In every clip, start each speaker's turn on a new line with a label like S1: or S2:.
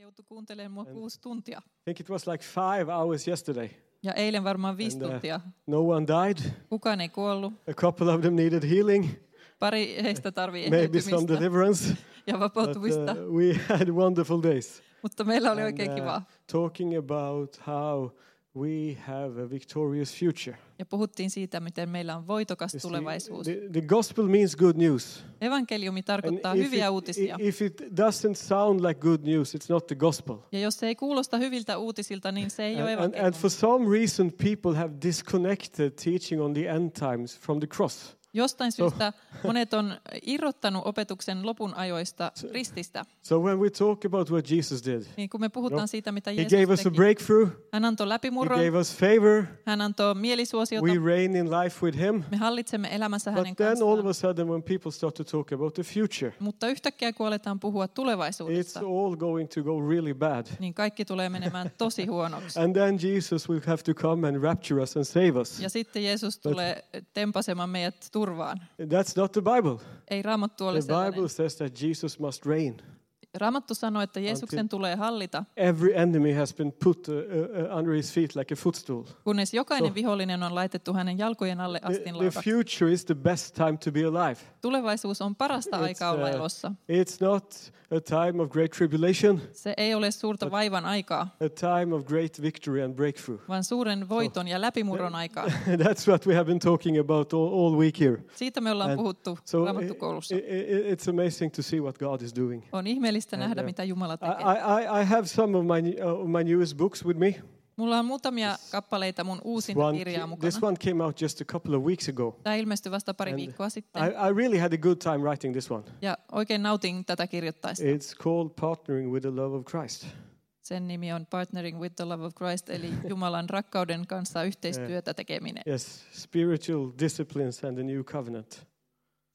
S1: joutui kuuntelemaan mua kuusi tuntia.
S2: think it was like five hours yesterday.
S1: Ja eilen varmaan viisi
S2: And, uh,
S1: tuntia.
S2: No one died.
S1: Kukaan ei kuollut.
S2: A couple of them needed healing,
S1: Pari heistä tarvii
S2: maybe some
S1: eheytymistä
S2: deliverance.
S1: ja
S2: But
S1: vapautumista.
S2: uh, we had wonderful days.
S1: Mutta meillä oli
S2: And,
S1: oikein
S2: uh,
S1: kivaa.
S2: talking about how we have a victorious future.
S1: Ja puhuttiin siitä, miten meillä on voitokas
S2: You see,
S1: tulevaisuus.
S2: The, the gospel means good news.
S1: Evankeliumi
S2: And
S1: tarkoittaa
S2: if,
S1: hyviä
S2: it,
S1: uutisia.
S2: i- if it doesn't sound like good news, it's not the gospel.
S1: Ja jos se ei kuulosta hyviltä uutisilta, niin se ei
S2: And,
S1: ole
S2: and, and for
S1: evankeliumi.
S2: some reason, people have disconnected teaching on the end times from the cross.
S1: Jostain syystä monet on irrottanut opetuksen lopun ajoista rististä.
S2: So when we talk about what Jesus did,
S1: Niin kun me puhutaan siitä, mitä
S2: He gave
S1: Jeesus
S2: us a
S1: teki,
S2: breakthrough.
S1: hän antoi
S2: He
S1: läpimurron,
S2: gave us favor.
S1: hän antoi mielisuosiota,
S2: We reign in life with Him.
S1: me hallitsemme elämässä hänen
S2: But then all of
S1: kanssaan.
S2: a sudden, when people start to talk about the future,
S1: Mutta yhtäkkiä kun aletaan puhua
S2: it's
S1: tulevaisuudesta,
S2: all going to go really bad.
S1: niin kaikki tulee menemään tosi huonoksi.
S2: And then Jesus will have to come and rapture us and save us.
S1: Ja sitten Jeesus tulee tempasemaan meidät turvaan.
S2: That's not the Bible.
S1: Ei Raamattu ole
S2: The Bible
S1: sellainen.
S2: says that Jesus must reign.
S1: Raamattu sanoo, että Jeesuksen tulee hallita,
S2: Every enemy has been put uh, uh, uh, under his feet like a footstool.
S1: kunnes
S2: So-
S1: jokainen vihollinen on laitettu hänen jalkojen alle
S2: The, the
S1: astinlaudaksi.
S2: future is the best time to be alive.
S1: Tulevaisuus on parasta
S2: It's,
S1: aikaa olla
S2: uh,
S1: elossa.
S2: It's not a time of great tribulation,
S1: Se ei ole suurta vaivan aikaa,
S2: a time of great victory and breakthrough.
S1: vaan suuren voiton ja läpimurron aikaa.
S2: That's what we have been talking about all, all week here.
S1: Siitä me ollaan
S2: And
S1: puhuttu
S2: So eh, i-
S1: Raamattukoulussa.
S2: i- i- it's amazing to see what God is doing.
S1: On ihmeellistä nähdä,
S2: uh,
S1: mitä Jumala
S2: I,
S1: tekee.
S2: I, I- I have some of my, new- uh, my newest books with me.
S1: Mulla on muutamia kappaleita mun uusinta
S2: One-
S1: kirjaa
S2: this
S1: mukana.
S2: one came out just a couple of weeks ago.
S1: Tämä ilmestyi vasta pari
S2: and
S1: viikkoa
S2: I,
S1: sitten
S2: I really had a good time writing this one.
S1: ja oikein nautin tätä kirjoittaessa.
S2: It's called Partnering with the Love of Christ.
S1: Sen nimi on Partnering with the Love of Christ, eli Jumalan rakkauden kanssa yhteistyötä tekeminen.
S2: Yes, spiritual disciplines and the new covenant.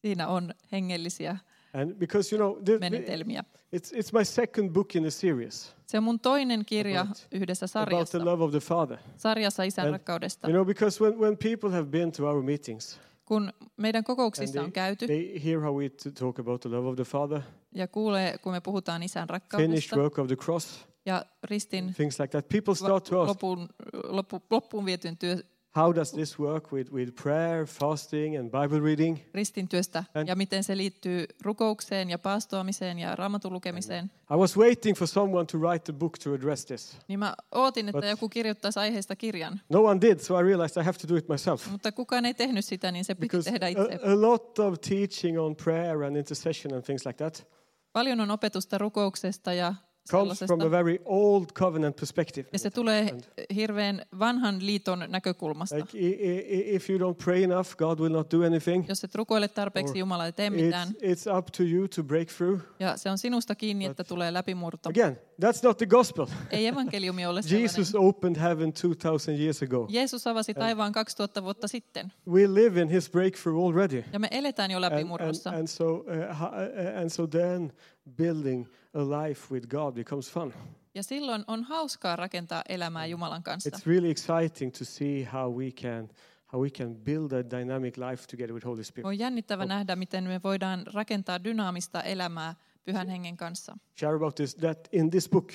S1: Siinä on hengellisiä
S2: And because you know, the, the,
S1: menetelmiä.
S2: it's it's my second book in a series
S1: Se on mun toinen kirja
S2: About-
S1: yhdessä
S2: about the
S1: sarjassa,
S2: love of the Father.
S1: sarjassa isän
S2: And-
S1: rakkaudesta.
S2: You know, because when, when people have been to our meetings
S1: Kun meidän
S2: and
S1: kokouksissa on
S2: they,
S1: käyty
S2: they hear how we t- talk about the love of the Father,
S1: ja kuulee, kun me puhutaan isän
S2: finished
S1: rakkaudesta
S2: work of the cross,
S1: ja ristin
S2: things like that, people
S1: va-
S2: start to ask,
S1: lopun, loppu, loppuun vietyn työ,
S2: how does this work with, with prayer, fasting, and Bible reading?
S1: ristin työstä
S2: And-
S1: ja miten se liittyy rukoukseen ja paastoamiseen ja raamatun lukemiseen,
S2: I was waiting for someone to write a book to address this.
S1: niin mä ootin, että
S2: But-
S1: joku kirjoittaisi aiheesta kirjan.
S2: No one did, so I realized I have to do it myself.
S1: Mutta kukaan ei tehnyt sitä, niin se piti
S2: Because uh,
S1: tehdä itse.
S2: a, a lot of teaching on prayer and intercession and things like that
S1: Paljon on opetusta rukouksesta ja
S2: comes
S1: sellaisesta.
S2: from a very old covenant perspective.
S1: Ja se tulee hirveän vanhan liiton näkökulmasta.
S2: Like, i- i- i- if you don't pray enough, God will not do anything.
S1: Jos et rukoile tarpeeksi,
S2: Or
S1: Jumala ei tee mitään.
S2: It's, it's up to you to break through.
S1: Ja se on sinusta kiinni, että tulee läpimurto.
S2: Again, that's not the gospel.
S1: Ei evankeliumi ole
S2: Jesus
S1: sellainen.
S2: opened heaven 2,000 years ago.
S1: Jeesus avasi taivaan 2000 vuotta sitten.
S2: We live in his breakthrough already.
S1: Ja me eletään jo
S2: And, and,
S1: läpimurrossa.
S2: and so, uh, ha- uh, and so then building a life with God becomes fun.
S1: Ja silloin on hauskaa rakentaa elämää Jumalan kanssa.
S2: It's really exciting to see how we can how we can build a dynamic life together with Holy Spirit.
S1: On jännittävä
S2: Oh.
S1: nähdä, miten me voidaan rakentaa dynaamista elämää Pyhän Hengen kanssa.
S2: Share about this that in this book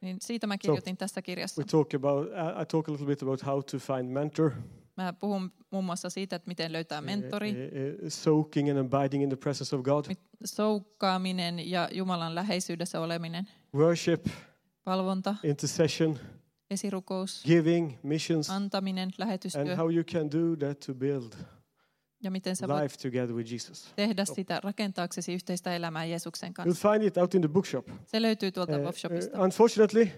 S1: Niin siitä mä kirjoitin tässä kirjassa.
S2: we talk about uh, I I talk a little bit about how to find mentor,
S1: Mä puhun muun muassa siitä, että miten löytää mentori,
S2: uh, uh, soaking and abiding in the presence of God,
S1: soukkaaminen ja Jumalan läheisyydessä oleminen,
S2: worship,
S1: palvonta,
S2: intercession,
S1: esirukous,
S2: giving, missions,
S1: antaminen,
S2: and
S1: lähetystyö
S2: how you can do that to build
S1: ja miten sä voit
S2: life Oh. together with Jesus.
S1: tehdä sitä rakentaaksesi yhteistä elämää Jeesuksen
S2: You'll
S1: kanssa.
S2: find it out in the bookshop.
S1: Se löytyy tuolta
S2: Uh,
S1: webshopista.
S2: uh, unfortunately,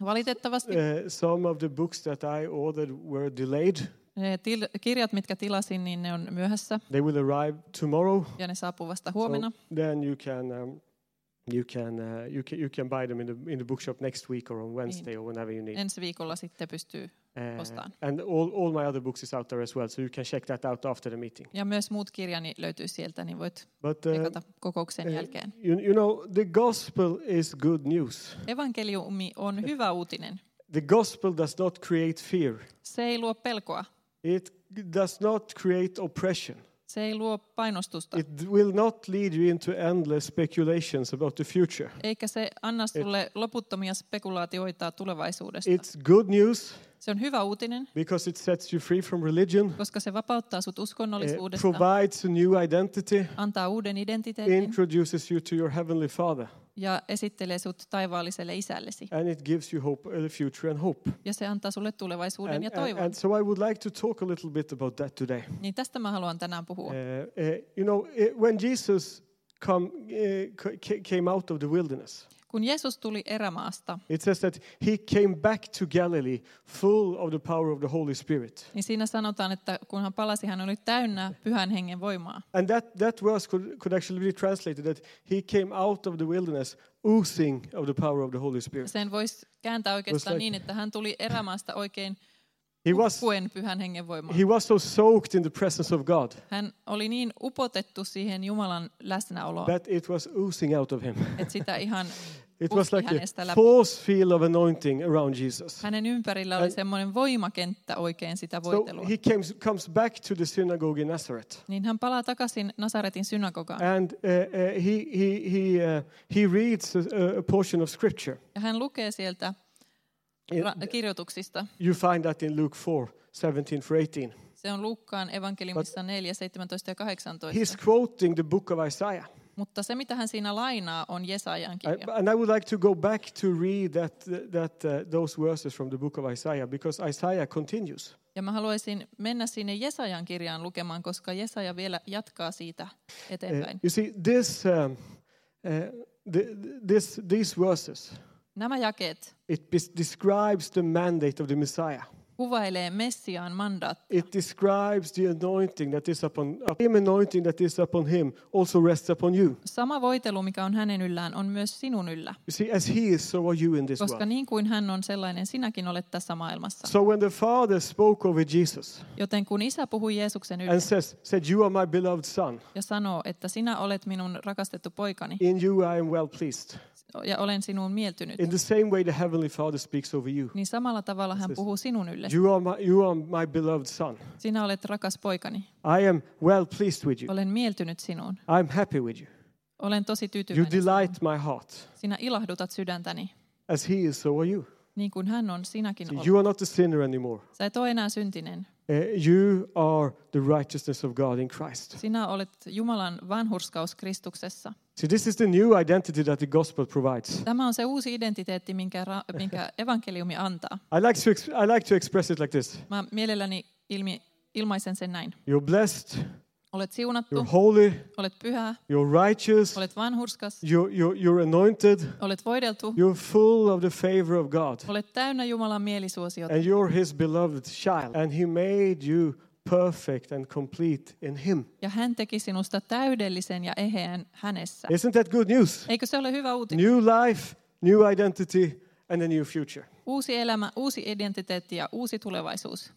S1: Valitettavasti
S2: uh, some of the books that I ordered were delayed.
S1: ne til- kirjat, mitkä tilasin, niin ne on myöhässä
S2: They will arrive tomorrow.
S1: ja ne saapuu vasta
S2: So
S1: huomenna.
S2: then you can um, you can uh, you can you can buy them in the in the bookshop next week or on Wednesday or whenever you need.
S1: Ensi viikolla sitten pystyy.
S2: Uh,
S1: ostaan.
S2: and all all my other books is out there as well, so you can check that out after the meeting.
S1: Ja myös muut kirjani löytyy sieltä, niin voit
S2: But uh,
S1: tsekata kokouksen jälkeen.
S2: you you know the gospel is good news.
S1: Evankeliumi on hyvä uutinen.
S2: The gospel does not create fear.
S1: Se ei luo pelkoa.
S2: It does not create oppression.
S1: Se ei luo painostusta,
S2: It will not lead you into endless speculations about the future.
S1: eikä se anna sulle loputtomia spekulaatioita tulevaisuudesta.
S2: It's good news
S1: Se on hyvä uutinen,
S2: because it sets you free from religion,
S1: koska se vapauttaa sut
S2: uh,
S1: uskonnollisuudesta,
S2: provides a new identity,
S1: antaa uuden identiteetin
S2: introduces you to your heavenly Father,
S1: ja esittelee sut taivaalliselle isällesi.
S2: and it gives you hope, a future and hope.
S1: Ja se antaa sulle tulevaisuuden
S2: And,
S1: ja
S2: and-
S1: toivon.
S2: and so I would like to talk a little bit about that today.
S1: Niin tästä mä haluan tänään puhua.
S2: Uh, uh, you know, uh, when Jesus come, uh, ca- came out of the wilderness,
S1: Kun Jeesus tuli erämaasta,
S2: it says that he came back to Galilee full of the power of the Holy Spirit.
S1: niin siinä sanotaan, että kun hän palasi, hän oli täynnä pyhän hengen voimaa.
S2: And that, that verse could, could actually be translated that he came out of the wilderness oozing of the power of the Holy Spirit.
S1: Sen voisi kääntää
S2: It's like-
S1: oikeastaan niin, että hän tuli erämaasta oikein
S2: He was,
S1: puen pyhän hengen voimaa.
S2: he was so soaked in the presence of God
S1: Hän oli niin upotettu siihen Jumalan läsnäoloon,
S2: that it was oozing out of him.
S1: että sitä ihan
S2: It was
S1: puski
S2: like
S1: hänestä
S2: a
S1: läpi.
S2: force field of anointing around Jesus.
S1: Hänen ympärillä oli semmoinen voimakenttä oikein sitä
S2: So
S1: voitelua.
S2: he came, comes back to the synagogue in Nazareth.
S1: Niin hän palaa takaisin Nasaretin synagogaan.
S2: And uh, uh, he, he, he, uh, he reads a, a portion of scripture.
S1: Ja hän lukee sieltä
S2: It-
S1: ra- kirjoituksista.
S2: you find that in Luke 4 17 through 18.
S1: Se on Luukkaan evankeliumissa 4, 17 ja 18.
S2: He's quoting the book of Isaiah.
S1: Mutta se, mitä hän siinä lainaa, on Jesajan
S2: I-
S1: kirja.
S2: and I would like to go back to read that, that, uh, those verses from the book of Isaiah because Isaiah continues.
S1: Ja mä haluaisin mennä sinne Jesajan kirjaan lukemaan, koska Jesaja vielä jatkaa siitä
S2: Uh,
S1: eteenpäin.
S2: you see, this, um, uh, th- this, these verses,
S1: Nämä jakeet
S2: it bes- describes the mandate of the Messiah.
S1: kuvailee Messiaan mandaatti.
S2: It describes the anointing that is upon up- him, anointing that is upon him also rests upon you.
S1: Sama voitelu, mikä on hänen yllään, on myös sinun yllä.
S2: You see, as he is, so are you in this
S1: Koska
S2: world.
S1: niin kuin hän on sellainen, sinäkin olet tässä maailmassa.
S2: So when the Father spoke over Jesus
S1: Joten kun isä puhui Jeesuksen yllä
S2: and says, said, You are my beloved Son,
S1: ja sanoo, että sinä olet minun rakastettu poikani
S2: in you I am well pleased.
S1: ja olen sinuun mieltynyt,
S2: In the same way the Heavenly Father speaks over you.
S1: niin samalla tavalla hän puhuu sinun ylle.
S2: You are my, you are my beloved Son.
S1: Sinä olet rakas poikani.
S2: I am well pleased with you.
S1: Olen mieltynyt sinuun.
S2: I'm happy with you.
S1: Olen tosi
S2: You
S1: tyytyväinen.
S2: delight my heart.
S1: Sinä ilahdutat sydäntäni.
S2: As he is, so are you.
S1: Niin kuin hän on, sinäkin olet.
S2: You are not a sinner anymore.
S1: Sä et ole enää syntinen.
S2: Uh, you are the righteousness of God in Christ.
S1: Sinä olet Jumalan vanhurskaus Kristuksessa.
S2: See, this is the new identity that the gospel provides.
S1: Tämä on se uusi identiteetti, minkä, ra- minkä evankeliumi antaa.
S2: I like to, ex- I like to express it like this
S1: Mä mielelläni ilmi, ilmaisen sen näin.
S2: You're blessed,
S1: Olet
S2: you're
S1: siunattu,
S2: holy,
S1: olet pyhä,
S2: you're righteous,
S1: olet vanhurskas,
S2: you're, you're, you're anointed,
S1: olet voideltu,
S2: you're full of the favor of God,
S1: olet täynnä Jumalan mielisuosiota
S2: and you're his beloved child. And he made you perfect and complete in him.
S1: ja hän teki sinusta täydellisen ja eheän hänessä.
S2: Isn't that good news?
S1: Eikö se ole hyvä uutinen?
S2: New life, new identity, and a new future.
S1: Uusi elämä, uusi identiteetti ja uusi tulevaisuus.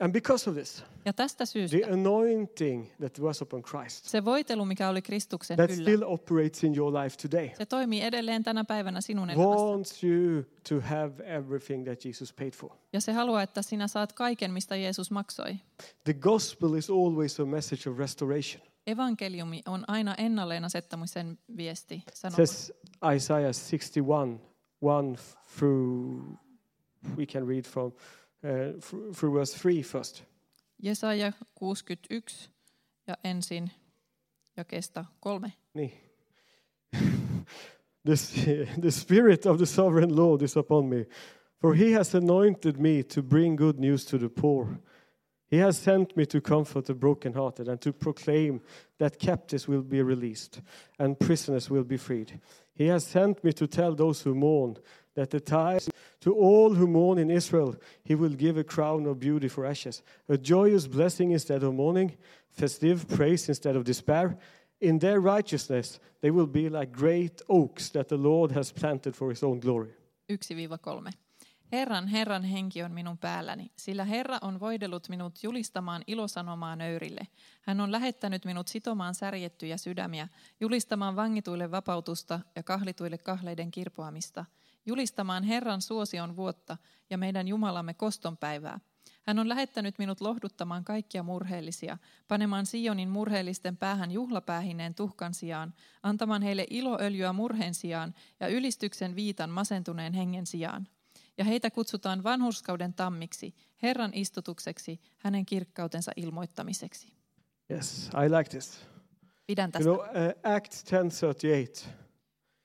S2: And because of this,
S1: Ja tästä syystä
S2: the anointing that was upon Christ
S1: se voitelu, mikä oli Kristuksen
S2: that
S1: yllä,
S2: still operates in your life today.
S1: se toimii edelleen tänä päivänä sinun elämässä.
S2: wants you to have everything that Jesus paid for.
S1: Ja se haluaa, että sinä saat kaiken, mistä Jeesus maksoi.
S2: The gospel is always a message of restoration,
S1: Evankeliumi on aina ennalleen asettamisen viesti, sanoo
S2: says Isaiah 61 1 through, we can read from uh, through through verse 3 first.
S1: Jesaja 61 ja ensin jakeesta kolme.
S2: Nee. the, s- the Spirit of the Sovereign Lord is upon me, for He has anointed me to bring good news to the poor. He has sent me to comfort the brokenhearted and to proclaim that captives will be released and prisoners will be freed. He has sent me to tell those who mourn that the ties to all who mourn in Israel, he will give a crown of beauty for ashes, a joyous blessing instead of mourning, festive praise instead of despair. In their righteousness, they will be like great oaks that the Lord has planted for his own glory.
S1: 1-3. Herran, Herran henki on minun päälläni, sillä Herra on voidellut minut julistamaan ilosanomaa nöyrille. Hän on lähettänyt minut sitomaan särjettyjä sydämiä, julistamaan vangituille vapautusta ja kahlituille kahleiden kirpoamista, julistamaan Herran suosion vuotta ja meidän Jumalamme kostonpäivää. Hän on lähettänyt minut lohduttamaan kaikkia murheellisia, panemaan Sionin murheellisten päähän juhlapäähineen tuhkan sijaan, antamaan heille iloöljyä murheen sijaan ja ylistyksen viitan masentuneen hengen sijaan. Ja heitä kutsutaan vanhurskauden tammiksi, Herran istutukseksi, hänen kirkkautensa ilmoittamiseksi.
S2: Yes, I like this.
S1: Pidän
S2: You
S1: tästä.
S2: know, uh, Acts 10:38.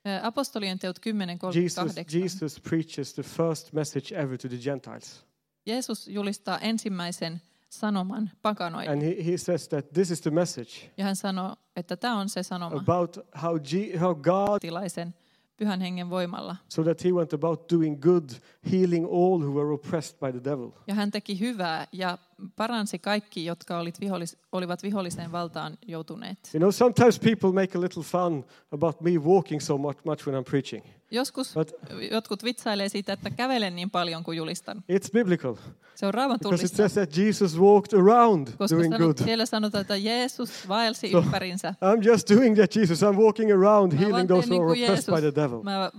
S1: Ö, Apostolien teot 10.38.
S2: Jesus, Jesus preaches the first message ever to the Gentiles.
S1: Jeesus julistaa ensimmäisen sanoman pakanoille.
S2: And he, he says that this is the message
S1: Ja hän sanoo, että tämä on se sanoma
S2: about how, G, how God,
S1: tilaisen pyhän hengen voimalla.
S2: so that he went about doing good, healing all who were oppressed by the devil.
S1: Ja hän teki hyvää ja paransi kaikki, jotka olit vihollis, olivat viholliseen valtaan joutuneet.
S2: You know, sometimes people make a little fun about me walking so much, much when I'm preaching.
S1: Joskus
S2: But-
S1: jotkut vitsailee siitä, että kävelen niin paljon kuin julistan.
S2: It's biblical
S1: Se on
S2: because it
S1: raamatullista,
S2: says that Jesus walked around
S1: koska
S2: doing
S1: sanot,
S2: good.
S1: siellä sanotaan, että Jeesus vaelsi
S2: So-
S1: ympärinsä.
S2: I'm just doing that, Jesus. I'm walking around
S1: Mä
S2: healing
S1: vaan
S2: those
S1: teen
S2: who
S1: niin
S2: are
S1: kuin
S2: oppressed
S1: Jeesus.
S2: by the devil.
S1: Mä,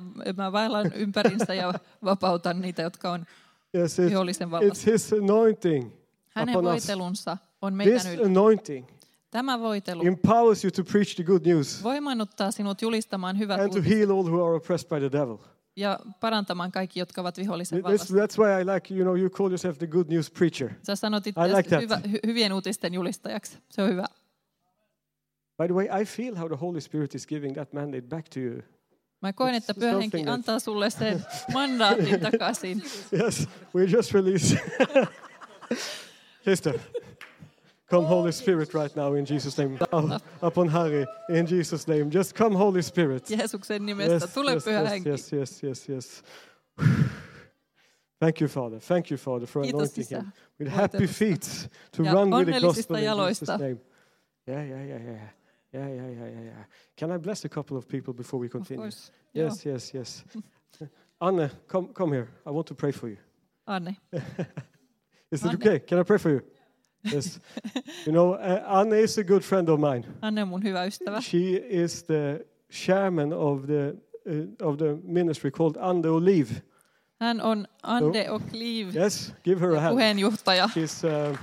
S1: mä vaellan ympärinsä ja vapautan niitä, jotka on
S2: Yes, it's,
S1: vihollisen
S2: it's
S1: vallassa.
S2: his anointing
S1: Hänen
S2: upon us.
S1: voitelunsa on
S2: This
S1: meidän yllä.
S2: anointing
S1: Tämä voitelu
S2: empowers you to preach the good news
S1: voimannuttaa sinut julistamaan hyvät
S2: and to
S1: uutiset
S2: heal all who are oppressed by the devil.
S1: ja parantamaan kaikki, jotka ovat vihollisen
S2: This,
S1: vallassa.
S2: that's why I like, you know, you call yourself the good news preacher.
S1: Sä sanot
S2: I
S1: itse
S2: like that.
S1: hyvä, hy, hyvien uutisten julistajaksi. Se on hyvä.
S2: By the way, I feel how the Holy Spirit is giving that mandate back to you.
S1: Mä koen,
S2: It's
S1: että pyhä henki
S2: something that-
S1: antaa sulle sen mandaatin takaisin.
S2: Yes, we just released. Sister,
S1: Oh,
S2: come Holy Spirit right now in Jesus' name. Now, upon Harry, in Jesus' name. Just come Holy Spirit.
S1: Jeesuksen nimestä. Tule
S2: yes,
S1: pyhä
S2: yes,
S1: henki.
S2: yes, yes, yes, yes. Thank you, Father. Thank you, Father, for
S1: Kiitos,
S2: anointing
S1: Isä.
S2: him with happy
S1: Voitelusta.
S2: feet to
S1: Ja
S2: run with the
S1: onnellisista
S2: gospel in Jesus'
S1: jaloista.
S2: name. Yeah, yeah, yeah, yeah, yeah. Yeah, yeah, yeah, yeah, yeah. Can I bless a couple of people before we
S1: Of
S2: continue?
S1: course. Joo.
S2: Yes, yes, yes. Anne, come, come here. I want to pray for you.
S1: Anne.
S2: Is it
S1: Anne.
S2: okay? Can I pray for you? Yes. you know, uh, Anne is a good friend of mine.
S1: Anne on mun hyvä ystävä.
S2: She is the chairman of the uh, of the ministry called Ande Olive.
S1: Hän on Ande O'Cleave,
S2: Yes, give her a hand.
S1: puheenjohtaja.
S2: She's, um,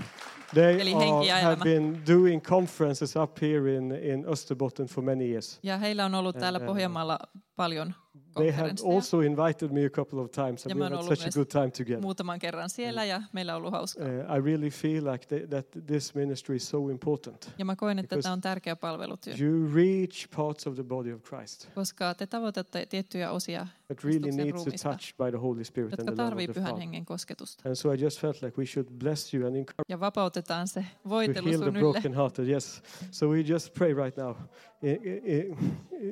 S2: they
S1: Eli
S2: are,
S1: henki ja
S2: have
S1: elämä.
S2: been doing conferences up here in in Österbotten for many years.
S1: Ja heillä on ollut täällä
S2: Ää,
S1: Pohjanmaalla paljon
S2: They have
S1: konferensseja.
S2: also invited me a couple of times,
S1: Ja
S2: and
S1: mä
S2: we
S1: oon
S2: had
S1: ollut
S2: such a
S1: myös
S2: good time together.
S1: Muutaman kerran siellä
S2: Eh.
S1: ja meillä on ollut hauskaa.
S2: Uh, I really feel like th- that this ministry is so important.
S1: Ja mä koen, että
S2: Because-
S1: tämä on tärkeä palvelutyö,
S2: You reach parts of the body of Christ
S1: koska te tavoitatte tiettyjä osia,
S2: that really
S1: Kristuksen
S2: needs a
S1: ruumiista,
S2: touch by the Holy Spirit and
S1: jotka
S2: the love
S1: tarvii
S2: of the
S1: pyhän
S2: Father.
S1: hengen kosketusta.
S2: And so I just felt like we should bless you and encourage
S1: Ja vapautetaan se
S2: you to
S1: voitelu
S2: heal the
S1: sun ylle.
S2: brokenhearted. Yes. So we just pray right now i- i- i-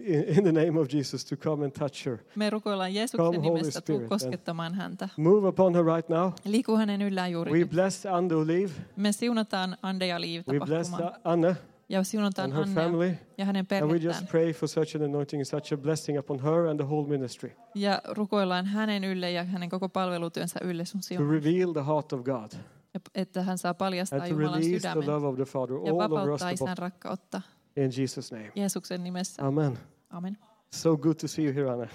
S2: in, in the name of Jesus to come and touch her.
S1: Me rukoillaan Jeesuksen
S2: Come, Holy
S1: nimessä, tuu
S2: Spirit,
S1: koskettamaan häntä.
S2: Move upon her right now.
S1: Liiku hänen yllään juuri
S2: We
S1: nyt.
S2: bless Anne Olive.
S1: Me siunataan Ande ja Liiv
S2: We bless
S1: tapahtumaan.
S2: Anna
S1: Ja
S2: and
S1: siunataan
S2: her
S1: Annea
S2: family.
S1: ja hänen
S2: And we just
S1: perhettään.
S2: pray for such an anointing and such a blessing upon her and the whole ministry
S1: Ja rukoillaan hänen ylle ja hänen koko palvelutyönsä ylle sun
S2: to
S1: siunaan.
S2: reveal the heart of God
S1: Ja p- Että hän saa paljastaa
S2: and to
S1: Jumalan
S2: release the
S1: sydämen
S2: love of the Father
S1: ja
S2: all over us
S1: vapauttaa isän rakkautta.
S2: in Jesus' name.
S1: Jeesuksen nimessä.
S2: Amen.
S1: Amen.
S2: So good to see you here, Anna.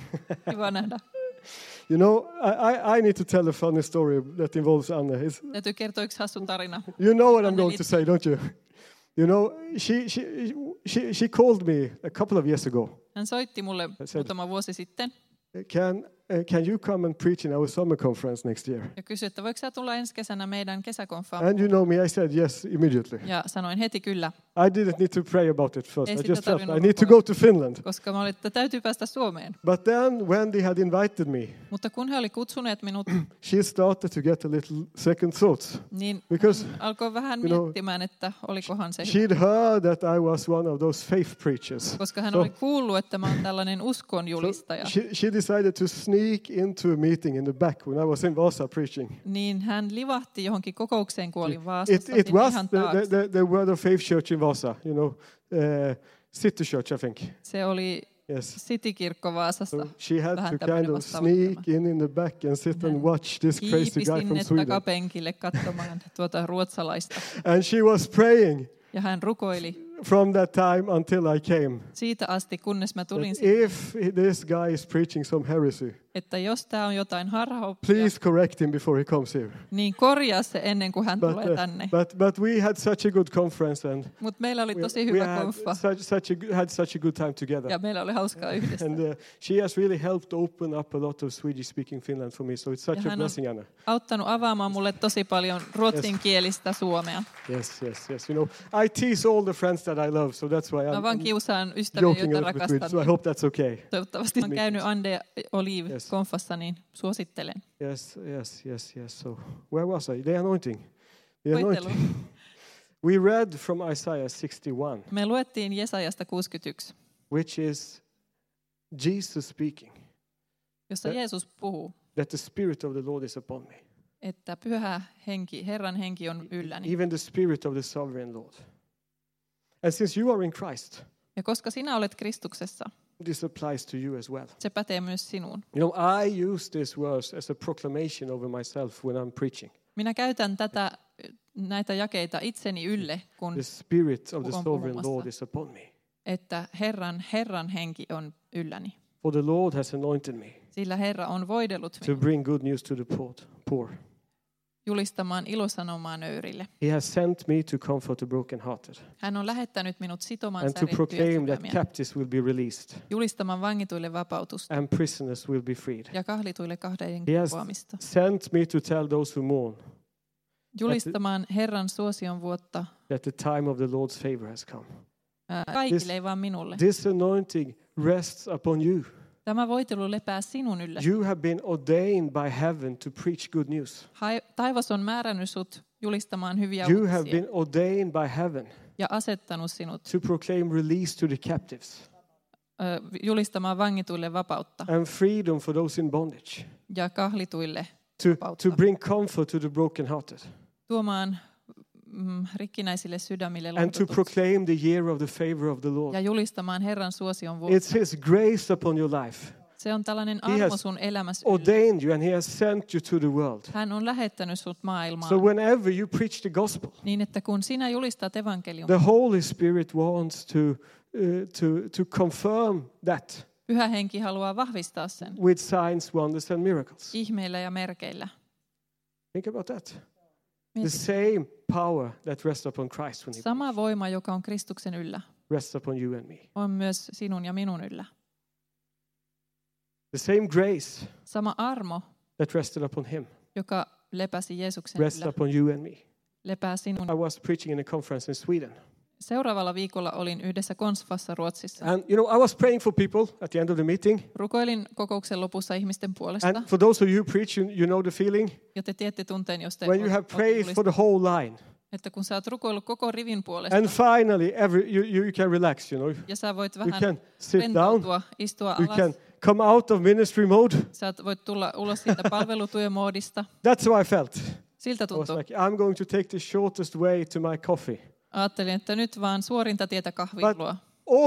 S1: Kiva nähdä.
S2: You know, I, I, I need to tell a funny story that involves Anna. It's,
S1: Täytyy kertoa yksi hassu tarina.
S2: you know what I'm
S1: Anna
S2: going to
S1: Lind-
S2: say, don't you? You know, she, she, she, she called me a couple of years ago.
S1: Hän soitti mulle
S2: said-
S1: muutama vuosi sitten
S2: Can, uh, can you come and preach in our summer conference next year?
S1: ja kysyi, että voiko sä tulla ensi kesänä meidän kesäkonfaan.
S2: And you know me, I said yes immediately.
S1: Ja sanoin heti kyllä,
S2: I didn't need to pray about it first.
S1: Ei
S2: I
S1: sitä
S2: just felt I
S1: tarvinnut
S2: need to go to Finland.
S1: koska mä olin, että täytyy päästä Suomeen.
S2: But then Wendy had invited me.
S1: Mutta kun he oli kutsuneet minut,
S2: She started to get a little second thoughts
S1: niin
S2: because
S1: alkoi vähän
S2: You know,
S1: miettimään, että olikohan se hyvä.
S2: she'd heard that I was one of those faith preachers.
S1: Koska hän
S2: So-
S1: oli kuullut, että mä oon tällainen uskonjulistaja.
S2: She, she decided to sneak into a meeting in the back when I was in Vasa preaching.
S1: Niin hän livahti johonkin kokoukseen, kun olin
S2: It,
S1: Vaasassa,
S2: it
S1: sinne
S2: was
S1: ihan
S2: the,
S1: taakse.
S2: the, the Word of Faith Church in Vasa, you know, uh, City Church, I think.
S1: Se oli
S2: Yes.
S1: City-kirkko Vaasassa.
S2: So she had
S1: Vähän
S2: to
S1: tämmöinen
S2: kind of
S1: vastaava
S2: sneak in in the back and sit and
S1: Hän
S2: watch this crazy
S1: Kiipi
S2: guy from
S1: sinne
S2: Sweden.
S1: takapenkille katsomaan tuota ruotsalaista.
S2: And she was praying
S1: Ja hän rukoili
S2: from that time until I came.
S1: siitä asti, kunnes mä tulin
S2: That
S1: siihen,
S2: if this guy is preaching some heresy,
S1: että jos tämä on jotain harhaoppia,
S2: Please correct him before he comes here.
S1: niin korjaa se ennen kuin hän
S2: But,
S1: tulee
S2: uh,
S1: tänne.
S2: but, but we had such a good conference and
S1: Mutta meillä oli
S2: we,
S1: tosi
S2: we
S1: hyvä
S2: had
S1: konfa
S2: such, such a, g- had such a good time together.
S1: ja meillä oli hauskaa yhdessä.
S2: And uh, she has really helped open up a lot of Swedish speaking Finland for me. So it's such
S1: Ja
S2: a
S1: hän on-
S2: blessing, Anna.
S1: Auttanut avaamaan mulle tosi paljon ruotsinkielistä suomea.
S2: Yes, yes, yes. You know, I tease all the friends that I love, so that's why
S1: Mä
S2: I'm,
S1: vaan
S2: I'm
S1: kiusaan ystäviä,
S2: joking
S1: joita
S2: a little bit with,
S1: rakastan.
S2: so I hope that's okay.
S1: Toivottavasti on käynyt Ande Olive
S2: Niin. Yes.
S1: konfassa, niin suosittelen.
S2: Yes, yes, yes, yes. So where was I? The anointing. The
S1: Koittelu.
S2: anointing. We read from Isaiah 61,
S1: Me luettiin Jesajasta 61,
S2: which is Jesus speaking,
S1: jossa
S2: Ja-
S1: Jeesus puhuu,
S2: that the Spirit of the Lord is upon me,
S1: että pyhä henki, Herran henki on ylläni.
S2: even the Spirit of the Sovereign Lord. And since you are in Christ,
S1: Ja koska sinä olet Kristuksessa,
S2: this applies to you as well.
S1: se pätee myös sinuun.
S2: You know, I use this verse as a proclamation over myself when I'm preaching.
S1: Minä käytän tätä, näitä jakeita itseni ylle, kun
S2: The Spirit of the
S1: Kukaan
S2: Sovereign
S1: puhumassa.
S2: Lord is upon me,
S1: että Herran, Herran henki on ylläni.
S2: for the Lord has anointed me
S1: Sillä Herra on voidellut
S2: to
S1: minut
S2: bring good news to the poor- poor.
S1: julistamaan ilosanomaa nöyrille.
S2: He has sent me to comfort the brokenhearted
S1: Hän on lähettänyt minut sitomaan
S2: and to
S1: särjettyjä
S2: proclaim that
S1: sydämiä,
S2: captives will be released
S1: julistamaan vangituille vapautusta
S2: and prisoners will be freed.
S1: ja kahlituille kahdeiden
S2: He has
S1: kuvaamista.
S2: sent me to tell those who mourn
S1: Julistamaan Herran suosion vuotta
S2: that the time of the Lord's favor has come.
S1: ää, kaikille, ei vaan minulle.
S2: This anointing rests upon you.
S1: Tämä voitelu lepää sinun yllä.
S2: You have been ordained by heaven to preach good news.
S1: Hai- Taivas on määrännyt sut julistamaan hyviä
S2: You have
S1: uutisia
S2: been ordained by heaven
S1: ja asettanut sinut
S2: to proclaim release to the captives
S1: ö, julistamaan vangituille vapautta
S2: and freedom for those in bondage,
S1: ja kahlituille
S2: to, to
S1: vapautta.
S2: bring comfort to the brokenhearted,
S1: tuomaan mm, rikkinäisille sydämille
S2: and to
S1: lohdutuksen
S2: proclaim the year of the favor of the Lord.
S1: ja julistamaan Herran suosion vuotta.
S2: It's His grace upon your life,
S1: Se on tällainen
S2: He
S1: armo
S2: has
S1: sun elämässä. yllä.
S2: ordained you, and He has sent you to the world.
S1: Hän on lähettänyt sut maailmaan
S2: So, whenever you preach the gospel,
S1: niin, että kun sinä julistat evankeliumia,
S2: the Holy Spirit wants to, uh, to, to confirm that
S1: pyhä henki haluaa vahvistaa sen
S2: with signs, wonders, and miracles.
S1: ihmeillä ja merkeillä.
S2: Think about that. The
S1: Mieti.
S2: same power that rests upon Christ when He
S1: Sama voima, joka on Kristuksen yllä,
S2: rests upon you and me.
S1: on myös sinun ja minun yllä.
S2: The same grace
S1: Sama armo,
S2: that rested upon Him
S1: joka lepäsi Jeesuksen
S2: rests
S1: yllä,
S2: upon you and me.
S1: lepää sinun.
S2: I was preaching in a conference in Sweden,
S1: Seuraavalla viikolla olin yhdessä Konsfassa Ruotsissa.
S2: and you know I was praying for people at the end of the meeting.
S1: Rukoilin kokouksen lopussa ihmisten puolesta.
S2: And for those of you who preach, you, you know the feeling
S1: Ja te tiedätte tunteen, jos te
S2: when you
S1: ol-
S2: have
S1: olette
S2: prayed for
S1: julistaneet,
S2: the whole line,
S1: että kun sä oot rukoillut koko rivin puolesta
S2: and finally every you, you, you can relax. You know,
S1: ja sä voit
S2: you
S1: vähän
S2: can sit down,
S1: rentoutua, istua
S2: you
S1: alas,
S2: can come out of ministry mode.
S1: sä oot- voit tulla ulos siitä palvelutyömoodista.
S2: That's how I felt.
S1: Siltä
S2: I was
S1: tuntuu.
S2: like, I'm going to take the shortest way to my coffee.
S1: Ajattelin, että nyt vaan suorinta tietä kahvin
S2: But-
S1: luo.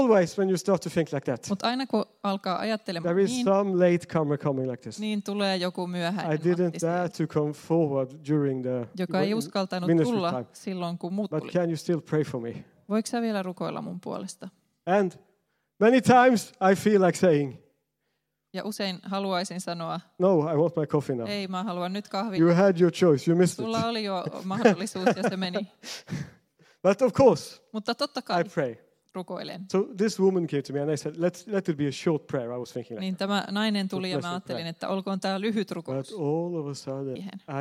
S2: Always when you start to think like that,
S1: Mutta aina kun alkaa ajattelemaan
S2: there is
S1: niin,
S2: some latecomer coming like this.
S1: niin tulee joku
S2: I
S1: myöhäinen
S2: didn't
S1: Matti
S2: dare
S1: siihen,
S2: to come forward during the.
S1: joka ei uskaltanut
S2: ministry
S1: tulla
S2: time.
S1: silloin, kun muut
S2: But
S1: tuli.
S2: can you still pray for me?
S1: Voiko sä vielä rukoilla mun puolesta?
S2: And many times I feel like saying,
S1: Ja usein haluaisin sanoa,
S2: No, I want my coffee now.
S1: ei mä haluan nyt kahvin.
S2: You had your choice, you missed it.
S1: Sulla oli jo mahdollisuus ja se meni.
S2: But of course,
S1: Mutta totta
S2: I
S1: kai
S2: pray.
S1: rukoilen.
S2: So this woman came to me and I said, Let's, Let it be a short prayer. I was thinking that.
S1: Niin tämä nainen tuli ja
S2: Blessed
S1: mä ajattelin,
S2: prayer.
S1: että olkoon tämä lyhyt
S2: But
S1: rukous.
S2: all of a sudden,
S1: siihen.
S2: I, I,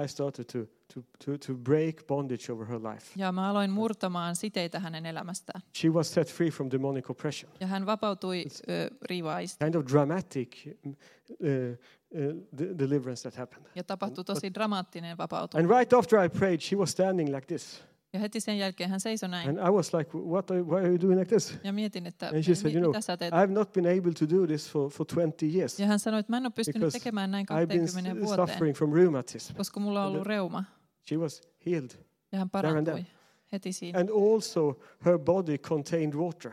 S2: I- I started to, to, to, to break bondage over her life.
S1: Ja mä aloin murtamaan siteitä hänen elämästään.
S2: She was set free from demonic oppression.
S1: Ja hän vapautui ö, riivaista.
S2: Kind of dramatic uh, uh, de- deliverance that happened.
S1: Ja tapahtui tosi dramaattinen vapautuminen.
S2: And right after I prayed, she was standing like this.
S1: Ja heti sen jälkeen hän seisoi näin.
S2: And I was like, what are, why are you doing like this?
S1: Ja mietin, että
S2: And she said,
S1: mi-
S2: you
S1: mitä
S2: know,
S1: sä teet.
S2: I've not been able to do this for, for 20 years.
S1: Ja hän sanoi, että mä en ole pystynyt
S2: Because
S1: tekemään näin
S2: I've been s-
S1: 20 vuoteen,
S2: suffering from rheumatism.
S1: koska mulla on ollut reuma.
S2: She was healed.
S1: Ja hän
S2: and there.
S1: parantui heti siinä.
S2: And also, her body contained water.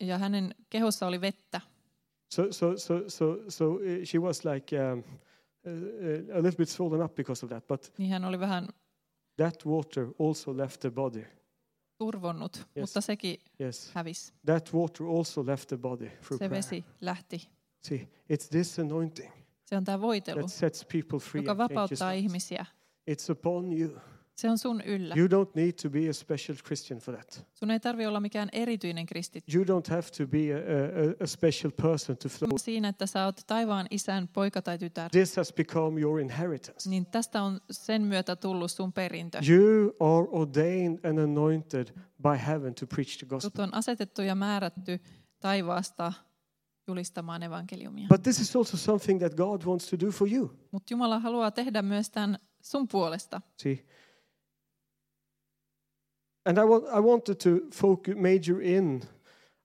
S1: Ja hänen kehossa oli vettä.
S2: So, so, so, so, so uh, she was like um, uh, uh, a little bit swollen up because of that. But
S1: Niin hän oli vähän
S2: that water also left the body.
S1: turvonnut, mutta sekin
S2: Yes,
S1: hävisi.
S2: that water also left the body through
S1: Se
S2: prayer.
S1: vesi lähti
S2: See, it's this anointing
S1: Se on tämä voitelu,
S2: that sets people free.
S1: joka
S2: I think,
S1: vapauttaa
S2: isn't it?
S1: ihmisiä.
S2: It's upon you.
S1: Se on sun yllä.
S2: You don't need to be a special Christian for that.
S1: Sun ei tarvi olla mikään erityinen kristitty.
S2: You don't have to be a, a, a special person to flow.
S1: Siinä, että sä oot taivaan isän poika tai tytär,
S2: This has become your inheritance.
S1: niin tästä on sen myötä tullut sun perintö.
S2: You are ordained and anointed by heaven to preach the gospel.
S1: Sut on asetettu ja määrätty taivaasta julistamaan evankeliumia.
S2: But this is also something that God wants to do for you.
S1: Mutta Jumala haluaa tehdä myös tämän sun puolesta.
S2: See? And I, want, I wanted to focus, major in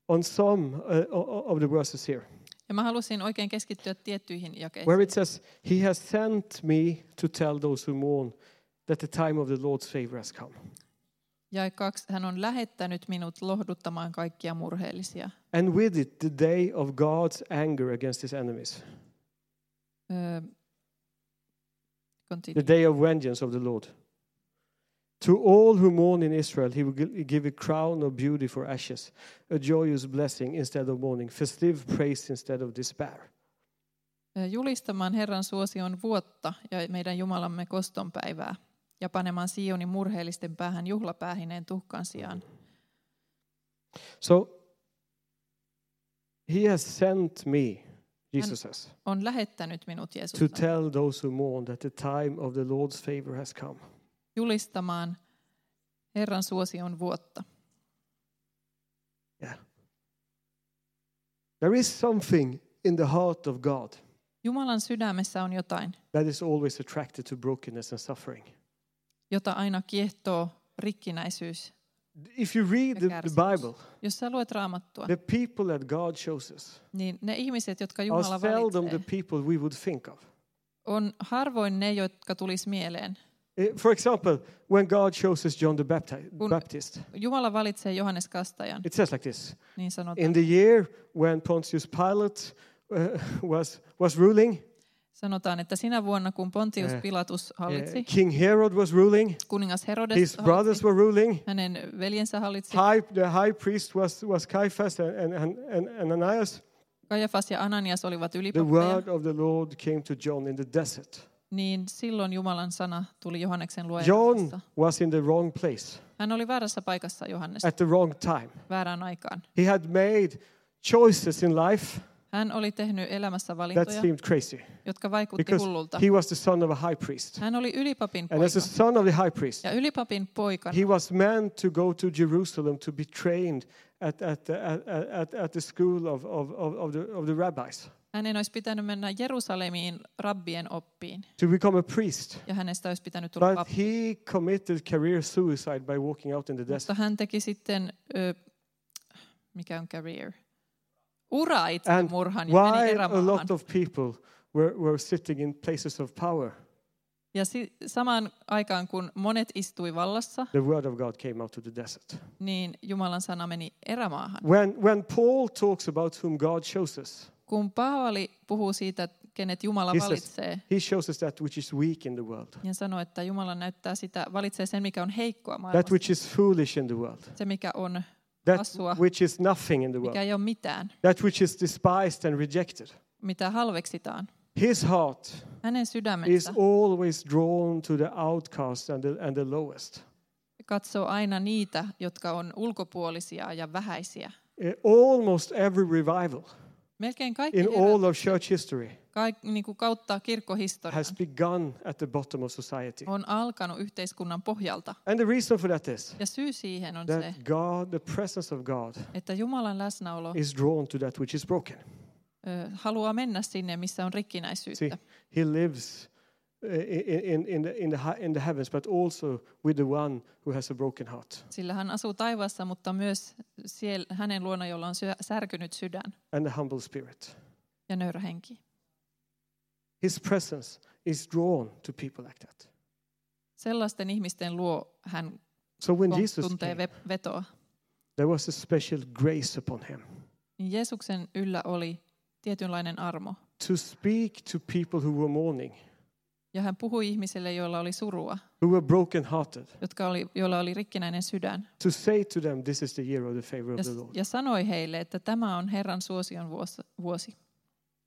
S2: on some uh, o- o- of the verses here,
S1: Ja mä halusin oikein keskittyä tiettyihin jakeihin.
S2: where it says, He has sent me to tell those who mourn that the time of the Lord's favor has come.
S1: Ja kaksi, hän on lähettänyt minut lohduttamaan kaikkia murheellisia.
S2: And with it, the day of God's anger against his enemies,
S1: Öö,
S2: the
S1: continue.
S2: day of vengeance of the Lord. To all who mourn in Israel, he will gi- give a crown of beauty for ashes, a joyous blessing instead of mourning, festive praise instead of despair.
S1: Öö, Julistamaan Herran suosion vuotta ja meidän Jumalamme kostonpäivää ja panemaan Sionin murheellisten päähän juhlapäähineen tuhkan sijaan.
S2: So he has sent me, Jesus says,
S1: On lähettänyt minut Jeesus
S2: to tell those who mourn that the time of the Lord's favor has come.
S1: julistamaan Herran suosion vuotta.
S2: Yeah. There is something in the heart of God
S1: Jumalan sydämessä on jotain,
S2: that is always attracted to brokenness and suffering.
S1: jota aina kiehtoo rikkinäisyys.
S2: If you read the, the
S1: kärsimys.
S2: Bible,
S1: Jos sä luet raamattua,
S2: the people that God chooses
S1: niin ne ihmiset, jotka
S2: are
S1: Jumala
S2: seldom the
S1: valitsee,
S2: people we would think of.
S1: on harvoin ne, jotka tulisi mieleen.
S2: Eh, For example, when God chooses John the Bapti-
S1: Kun-
S2: Baptist,
S1: Jumala valitsee Johannes Kastajan,
S2: it says like this
S1: niin sanotaan,
S2: In the year when Pontius Pilate uh, was, was ruling,
S1: sanotaan, että sinä vuonna, kun Pontius
S2: Eh,
S1: Pilatus
S2: uh,
S1: hallitsi,
S2: King Herod was ruling,
S1: kuningas
S2: his
S1: Herodes
S2: brothers
S1: hallitsi,
S2: were ruling,
S1: hänen veljensä hallitsi,
S2: high, the high priest was, was Caiaphas and, and, and, and Ananias.
S1: Kajafas ja Ananias olivat
S2: The
S1: ylipappeja,
S2: word of the Lord came to John in the desert.
S1: niin silloin Jumalan sana tuli Johanneksen luojan
S2: John was in the wrong place
S1: Hän oli väärässä paikassa Johannes,
S2: at the wrong time.
S1: väärään aikaan.
S2: He had made choices in life
S1: Hän oli tehnyt elämässä
S2: that
S1: valintoja,
S2: seemed crazy
S1: jotka vaikutti
S2: because
S1: hullulta.
S2: he was the son of a high priest.
S1: Hän oli ylipapin
S2: And as
S1: poika.
S2: a son of the high priest,
S1: Ja ylipapin poikana
S2: He was meant to go to Jerusalem to be trained at, at, the, at, at, at the school of, of, of, of the, of the rabbis,
S1: hänen olisi pitänyt mennä Jerusalemiin rabbien oppiin.
S2: to become a priest.
S1: Ja hänestä olisi pitänyt tulla
S2: But
S1: pappi.
S2: he committed career suicide by walking out in the
S1: Mutta
S2: desert.
S1: hän teki sitten, ö, mikä on career? Ura itse
S2: And
S1: murhan ja meni
S2: Why a
S1: erämaahan.
S2: lot of people were, were sitting in places of power,
S1: Ja si- samaan aikaan, kun monet istui vallassa,
S2: the word of God came out to the desert.
S1: niin Jumalan sana meni erämaahan.
S2: When, when Paul talks about whom God chooses,
S1: Kun Paavali puhuu siitä, kenet Jumala
S2: he says,
S1: valitsee,
S2: he chooses that which is weak in the world,
S1: ja sanoo, että Jumala näyttää sitä, valitsee sen, mikä on heikkoa
S2: that
S1: maailmassa,
S2: which is foolish in the world,
S1: se, mikä on
S2: that
S1: Hassua.
S2: which is nothing in the world.
S1: mikä ei ole mitään,
S2: that which is despised and rejected.
S1: mitä halveksitaan.
S2: His heart
S1: Hänen
S2: is
S1: sydämensä
S2: always drawn to the outcast and the, and the lowest.
S1: katsoo aina niitä, jotka on ulkopuolisia ja vähäisiä.
S2: Eh, Almost every revival
S1: Melkein kaikki
S2: in
S1: herät,
S2: all of church history
S1: kaik, niin kuin kautta kirkkohistorian
S2: has begun at the bottom of society.
S1: on alkanut yhteiskunnan pohjalta.
S2: And the reason for that is
S1: Ja syy siihen on se,
S2: that God, the presence of God,
S1: että Jumalan läsnäolo
S2: is drawn to that which is broken.
S1: ö, haluaa mennä sinne, missä on
S2: See,
S1: rikkinäisyyttä.
S2: He lives eh, in, in, in, the, in, the, hi- in the heavens, but also with the one who has a broken heart.
S1: Sillä hän asuu taivaassa, mutta myös siellä, hänen luona, jolla on syö, särkynyt sydän
S2: and a humble spirit.
S1: ja nöyrä henki.
S2: His presence is drawn to people like that.
S1: Sellaisten ihmisten luo hän
S2: So when
S1: kon-
S2: Jesus
S1: tuntee
S2: came,
S1: ve- vetoa.
S2: there was a special grace upon him
S1: Niin Jeesuksen yllä oli tietynlainen armo.
S2: to speak to people who were mourning,
S1: Ja hän puhui ihmisille, joilla oli surua,
S2: who were brokenhearted,
S1: jotka oli, joilla oli rikkinäinen sydän.
S2: to say to them, This is the year of the favor
S1: Ja,
S2: of the Lord.
S1: ja sanoi heille, että tämä on Herran suosion vuos- vuosi.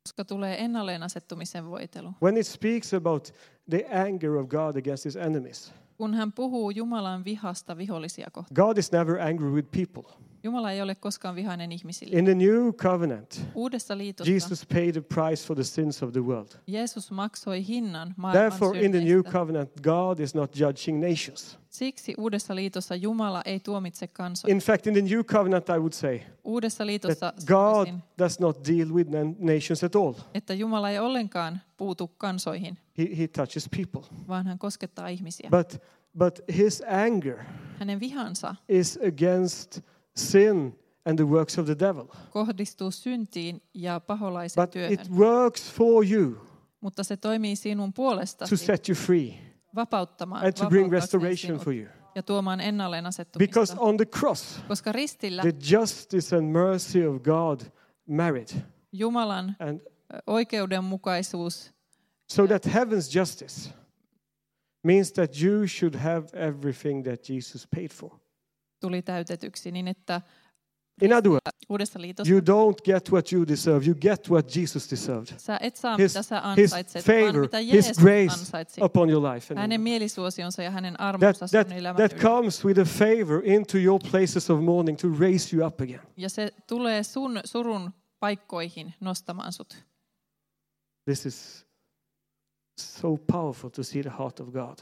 S1: koska tulee ennalleen asettumisen voitelu.
S2: When it speaks about the anger of God against his enemies,
S1: Kun hän puhuu Jumalan vihasta vihollisia kohtaan.
S2: God is never angry with people.
S1: Jumala ei ole koskaan vihainen ihmisille.
S2: In the new covenant,
S1: Uudessa liitossa
S2: Jesus paid the price for the sins of the world.
S1: Jeesus maksoi hinnan maailman
S2: Therefore, in the new
S1: synneistä.
S2: covenant, God is not judging nations.
S1: Siksi uudessa liitossa Jumala ei tuomitse kansoja.
S2: In fact, in the new covenant, I would say
S1: Uudessa liitossa
S2: that
S1: sanoisin,
S2: God does not deal with na- nations at all.
S1: että Jumala ei ollenkaan puutu kansoihin,
S2: He, he touches people.
S1: vaan hän koskettaa ihmisiä.
S2: But, but his anger
S1: Hänen vihansa
S2: is against sin and the works of the devil.
S1: kohdistuu syntiin ja paholaisen
S2: But
S1: työhön,
S2: it works for you
S1: mutta se toimii sinun puolestasi
S2: to set you free
S1: vapauttamaan
S2: and to bring
S1: vapauttaakseen
S2: restoration
S1: sinut
S2: for you.
S1: ja tuomaan ennalleen asettumista.
S2: Because on the cross,
S1: Koska ristillä
S2: the justice and mercy of God married.
S1: Jumalan
S2: And
S1: ö, oikeudenmukaisuus
S2: so that heaven's justice means that you should have everything that Jesus paid for.
S1: tuli täytetyksi, niin että
S2: In other words,
S1: uudessa liitossa
S2: you don't get what you deserve, you get what Jesus deserved.
S1: Sä et saa,
S2: His,
S1: mitä sä
S2: his
S1: ansaitset, vaan
S2: favor,
S1: mitä
S2: his
S1: Jeesus
S2: grace
S1: ansaitsi.
S2: upon your life. and your
S1: Hänen mielisuosionsa ja hänen
S2: That,
S1: armonsa sun
S2: that,
S1: elämän
S2: that
S1: yli.
S2: comes with a favor into your places of mourning to raise you up again.
S1: Ja se tulee sun surun paikkoihin nostamaan sut.
S2: This is so powerful to see the heart of God.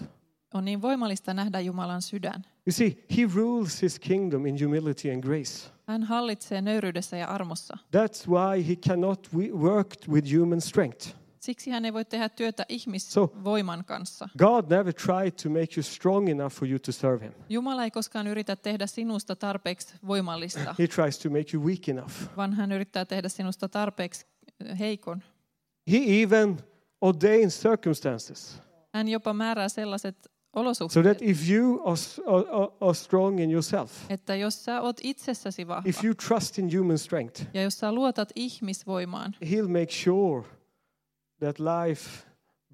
S1: On niin voimallista nähdä Jumalan sydän.
S2: You see, He rules His kingdom in humility and grace.
S1: Hän hallitsee nöyryydessä ja armossa.
S2: That's why He cannot we- work with human strength.
S1: Siksi hän ei voi tehdä työtä
S2: So-
S1: ihmisvoiman kanssa.
S2: God never tried to make you strong enough for you to serve Him,
S1: Jumala ei koskaan yritä tehdä sinusta tarpeeksi voimallista,
S2: He tries to make you weak enough.
S1: vaan hän yrittää tehdä sinusta tarpeeksi ö, heikon.
S2: He even ordains circumstances
S1: Hän jopa määrää sellaiset
S2: so
S1: olosuhteet,
S2: that if you are, s- are- are, are strong in yourself,
S1: että jos sä oot itsessäsi vahva,
S2: if you trust in human strength,
S1: Ja jos sä luotat ihmisvoimaan,
S2: He'll make sure that life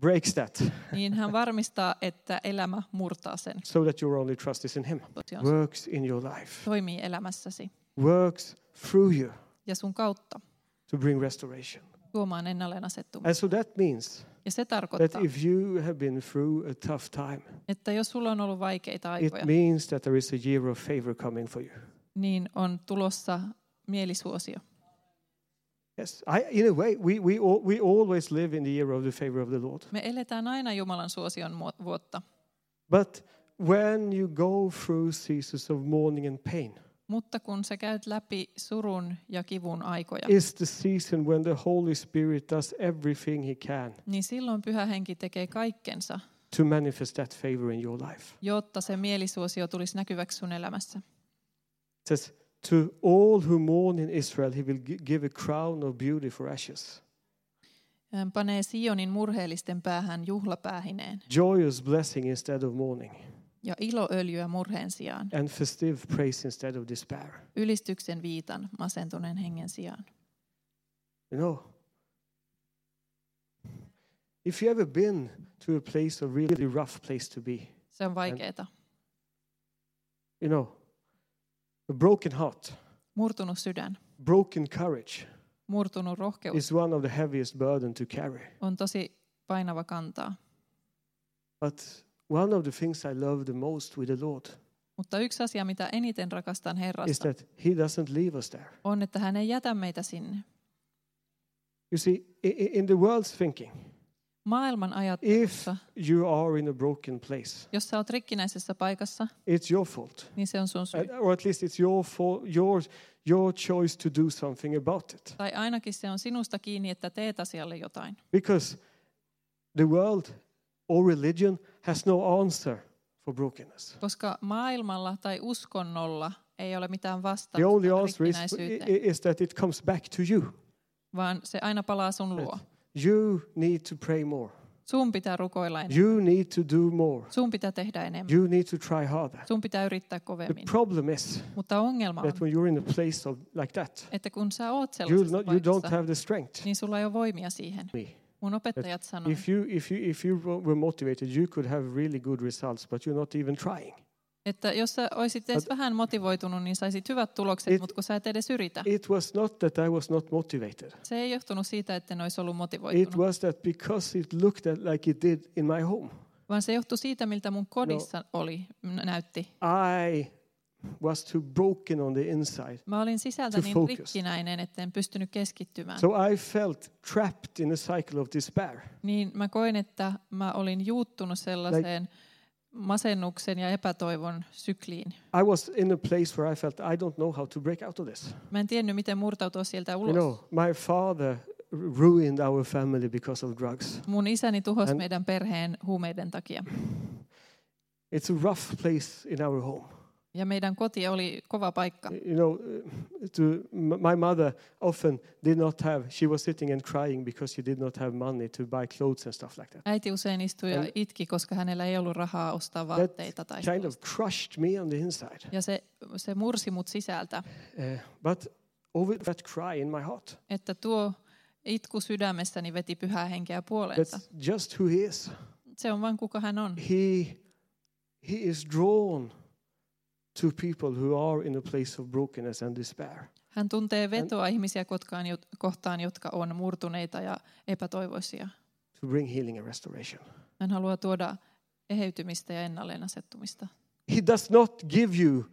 S2: breaks that
S1: niin hän varmistaa, että elämä murtaa sen.
S2: so that your only trust is in Him.
S1: Tosiaan se
S2: Works in your life,
S1: toimii elämässäsi
S2: works through you
S1: ja sun kautta
S2: to bring restoration.
S1: tuomaan ennalleen asettumaan.
S2: And so that means
S1: Ja se
S2: that
S1: tarkoittaa,
S2: if you have been through a tough time,
S1: että jos sulla on ollut vaikeita
S2: it
S1: aikoja,
S2: means that there is a year of favor coming for you.
S1: niin on tulossa mielisuosio.
S2: Yes, I, in a way, we, we, all, we always live in the year of the favor of the Lord.
S1: Me eletään aina Jumalan suosion muo- vuotta,
S2: But when you go through seasons of mourning and pain,
S1: mutta kun sä käyt läpi surun ja kivun aikoja,
S2: is the season when the Holy Spirit does everything He can
S1: niin silloin Pyhä Henki tekee kaikkensa,
S2: to manifest that favor in your life.
S1: jotta se mielisuosio tulisi näkyväksi sun elämässä.
S2: It says, To all who mourn in Israel, he will gi- give a crown of beauty for ashes,
S1: Hän panee Sionin murheellisten päähän juhlapäähineen
S2: joyous blessing instead of mourning,
S1: ja iloöljyä murheen sijaan,
S2: and festive praise instead of despair.
S1: ylistyksen viitan masentuneen hengen sijaan.
S2: You know, if you ever been to a place, a really rough place to be,
S1: Se on vaikeeta.
S2: you know, a broken heart,
S1: Murtunut sydän,
S2: broken courage
S1: murtunut rohkeus
S2: is one of the heaviest burden to carry.
S1: on tosi painava kantaa.
S2: But one of the things I love the most with the Lord
S1: Mutta yksi asia, mitä eniten rakastan
S2: is
S1: Herrasta,
S2: that He doesn't leave us there.
S1: on, että hän ei jätä meitä sinne.
S2: You see, i- i- in the world's thinking,
S1: Maailman
S2: if
S1: ajattelussa,
S2: you are in a broken place,
S1: jos sä oot rikkinäisessä paikassa,
S2: it's your fault.
S1: niin se on sun syy.
S2: And- Or at least it's your, fault, your, your choice to do something about it.
S1: Tai ainakin se on sinusta kiinni, että teet asialle jotain.
S2: Because the world or religion has no answer for brokenness.
S1: Koska maailmalla tai uskonnolla ei ole mitään
S2: The only
S1: vastausta
S2: answer is, i- i-
S1: rikkinäisyyteen,
S2: is that it comes back to you.
S1: vaan se aina palaa sun luo.
S2: You need to pray more.
S1: Sun pitää rukoilla enemmän.
S2: You need to do more.
S1: Sun pitää tehdä enemmän.
S2: You need to try harder.
S1: Sun pitää yrittää
S2: The
S1: kovemmin.
S2: problem is
S1: Mutta ongelma on,
S2: that when you're in a place of like that,
S1: että kun sä oot
S2: you,
S1: sellaisessa
S2: not, you don't
S1: paikassa,
S2: have the strength.
S1: niin sulla ei ole voimia siihen.
S2: Me.
S1: Mun opettajat sanoi,
S2: If you if you if you were were motivated, you could have really good results, but you're not even trying.
S1: Että jos sä olisit edes vähän motivoitunut, niin saisit hyvät tulokset,
S2: It-
S1: mutta kun sä et edes yritä.
S2: It was not that I was not motivated.
S1: Se ei johtunut siitä, että ne olisi ollut
S2: It
S1: motivoitunut,
S2: was that because it looked at like it did in my home,
S1: vaan se johtui siitä, miltä mun
S2: No.
S1: kodissa oli, nä- näytti.
S2: I was too broken on the inside.
S1: Mä olin sisältä
S2: To
S1: niin
S2: focus.
S1: rikkinäinen, että en pystynyt keskittymään.
S2: So I felt trapped in a cycle of despair.
S1: Niin mä koin, että mä olin juuttunut sellaiseen masennuksen ja epätoivon sykliin.
S2: I was in a place where I felt I don't know how to break out of this.
S1: Mä en tiennyt, miten murtautua sieltä
S2: You
S1: ulos.
S2: know, my father ruined our family because of drugs.
S1: Mun isäni tuhosi
S2: And-
S1: meidän perheen huumeiden takia.
S2: It's a rough place in our home.
S1: Ja meidän koti oli kova paikka.
S2: You know, uh, to m- my mother often did not have. She was sitting and crying because she did not have money to buy clothes and stuff like that.
S1: Äiti usein istui ja
S2: And-
S1: itki, koska hänellä ei ollut rahaa ostaa vaatteita tai
S2: Kind
S1: sellaista.
S2: of crushed me on the inside.
S1: Ja se, se mursi mut sisältä,
S2: Uh, but over that cry in my heart,
S1: että tuo itku sydämessäni veti pyhää henkeä puoleensa.
S2: that's just who he is.
S1: Se on vain kuka hän on.
S2: He he is drawn to people who are in a place of brokenness and despair.
S1: Hän tuntee vetoa ihmisiä kotkaan, jo- kohtaan, jotka on murtuneita ja epätoivoisia.
S2: to bring healing and restoration.
S1: Hän haluaa tuoda eheytymistä ja ennalleen asettumista.
S2: He does not give you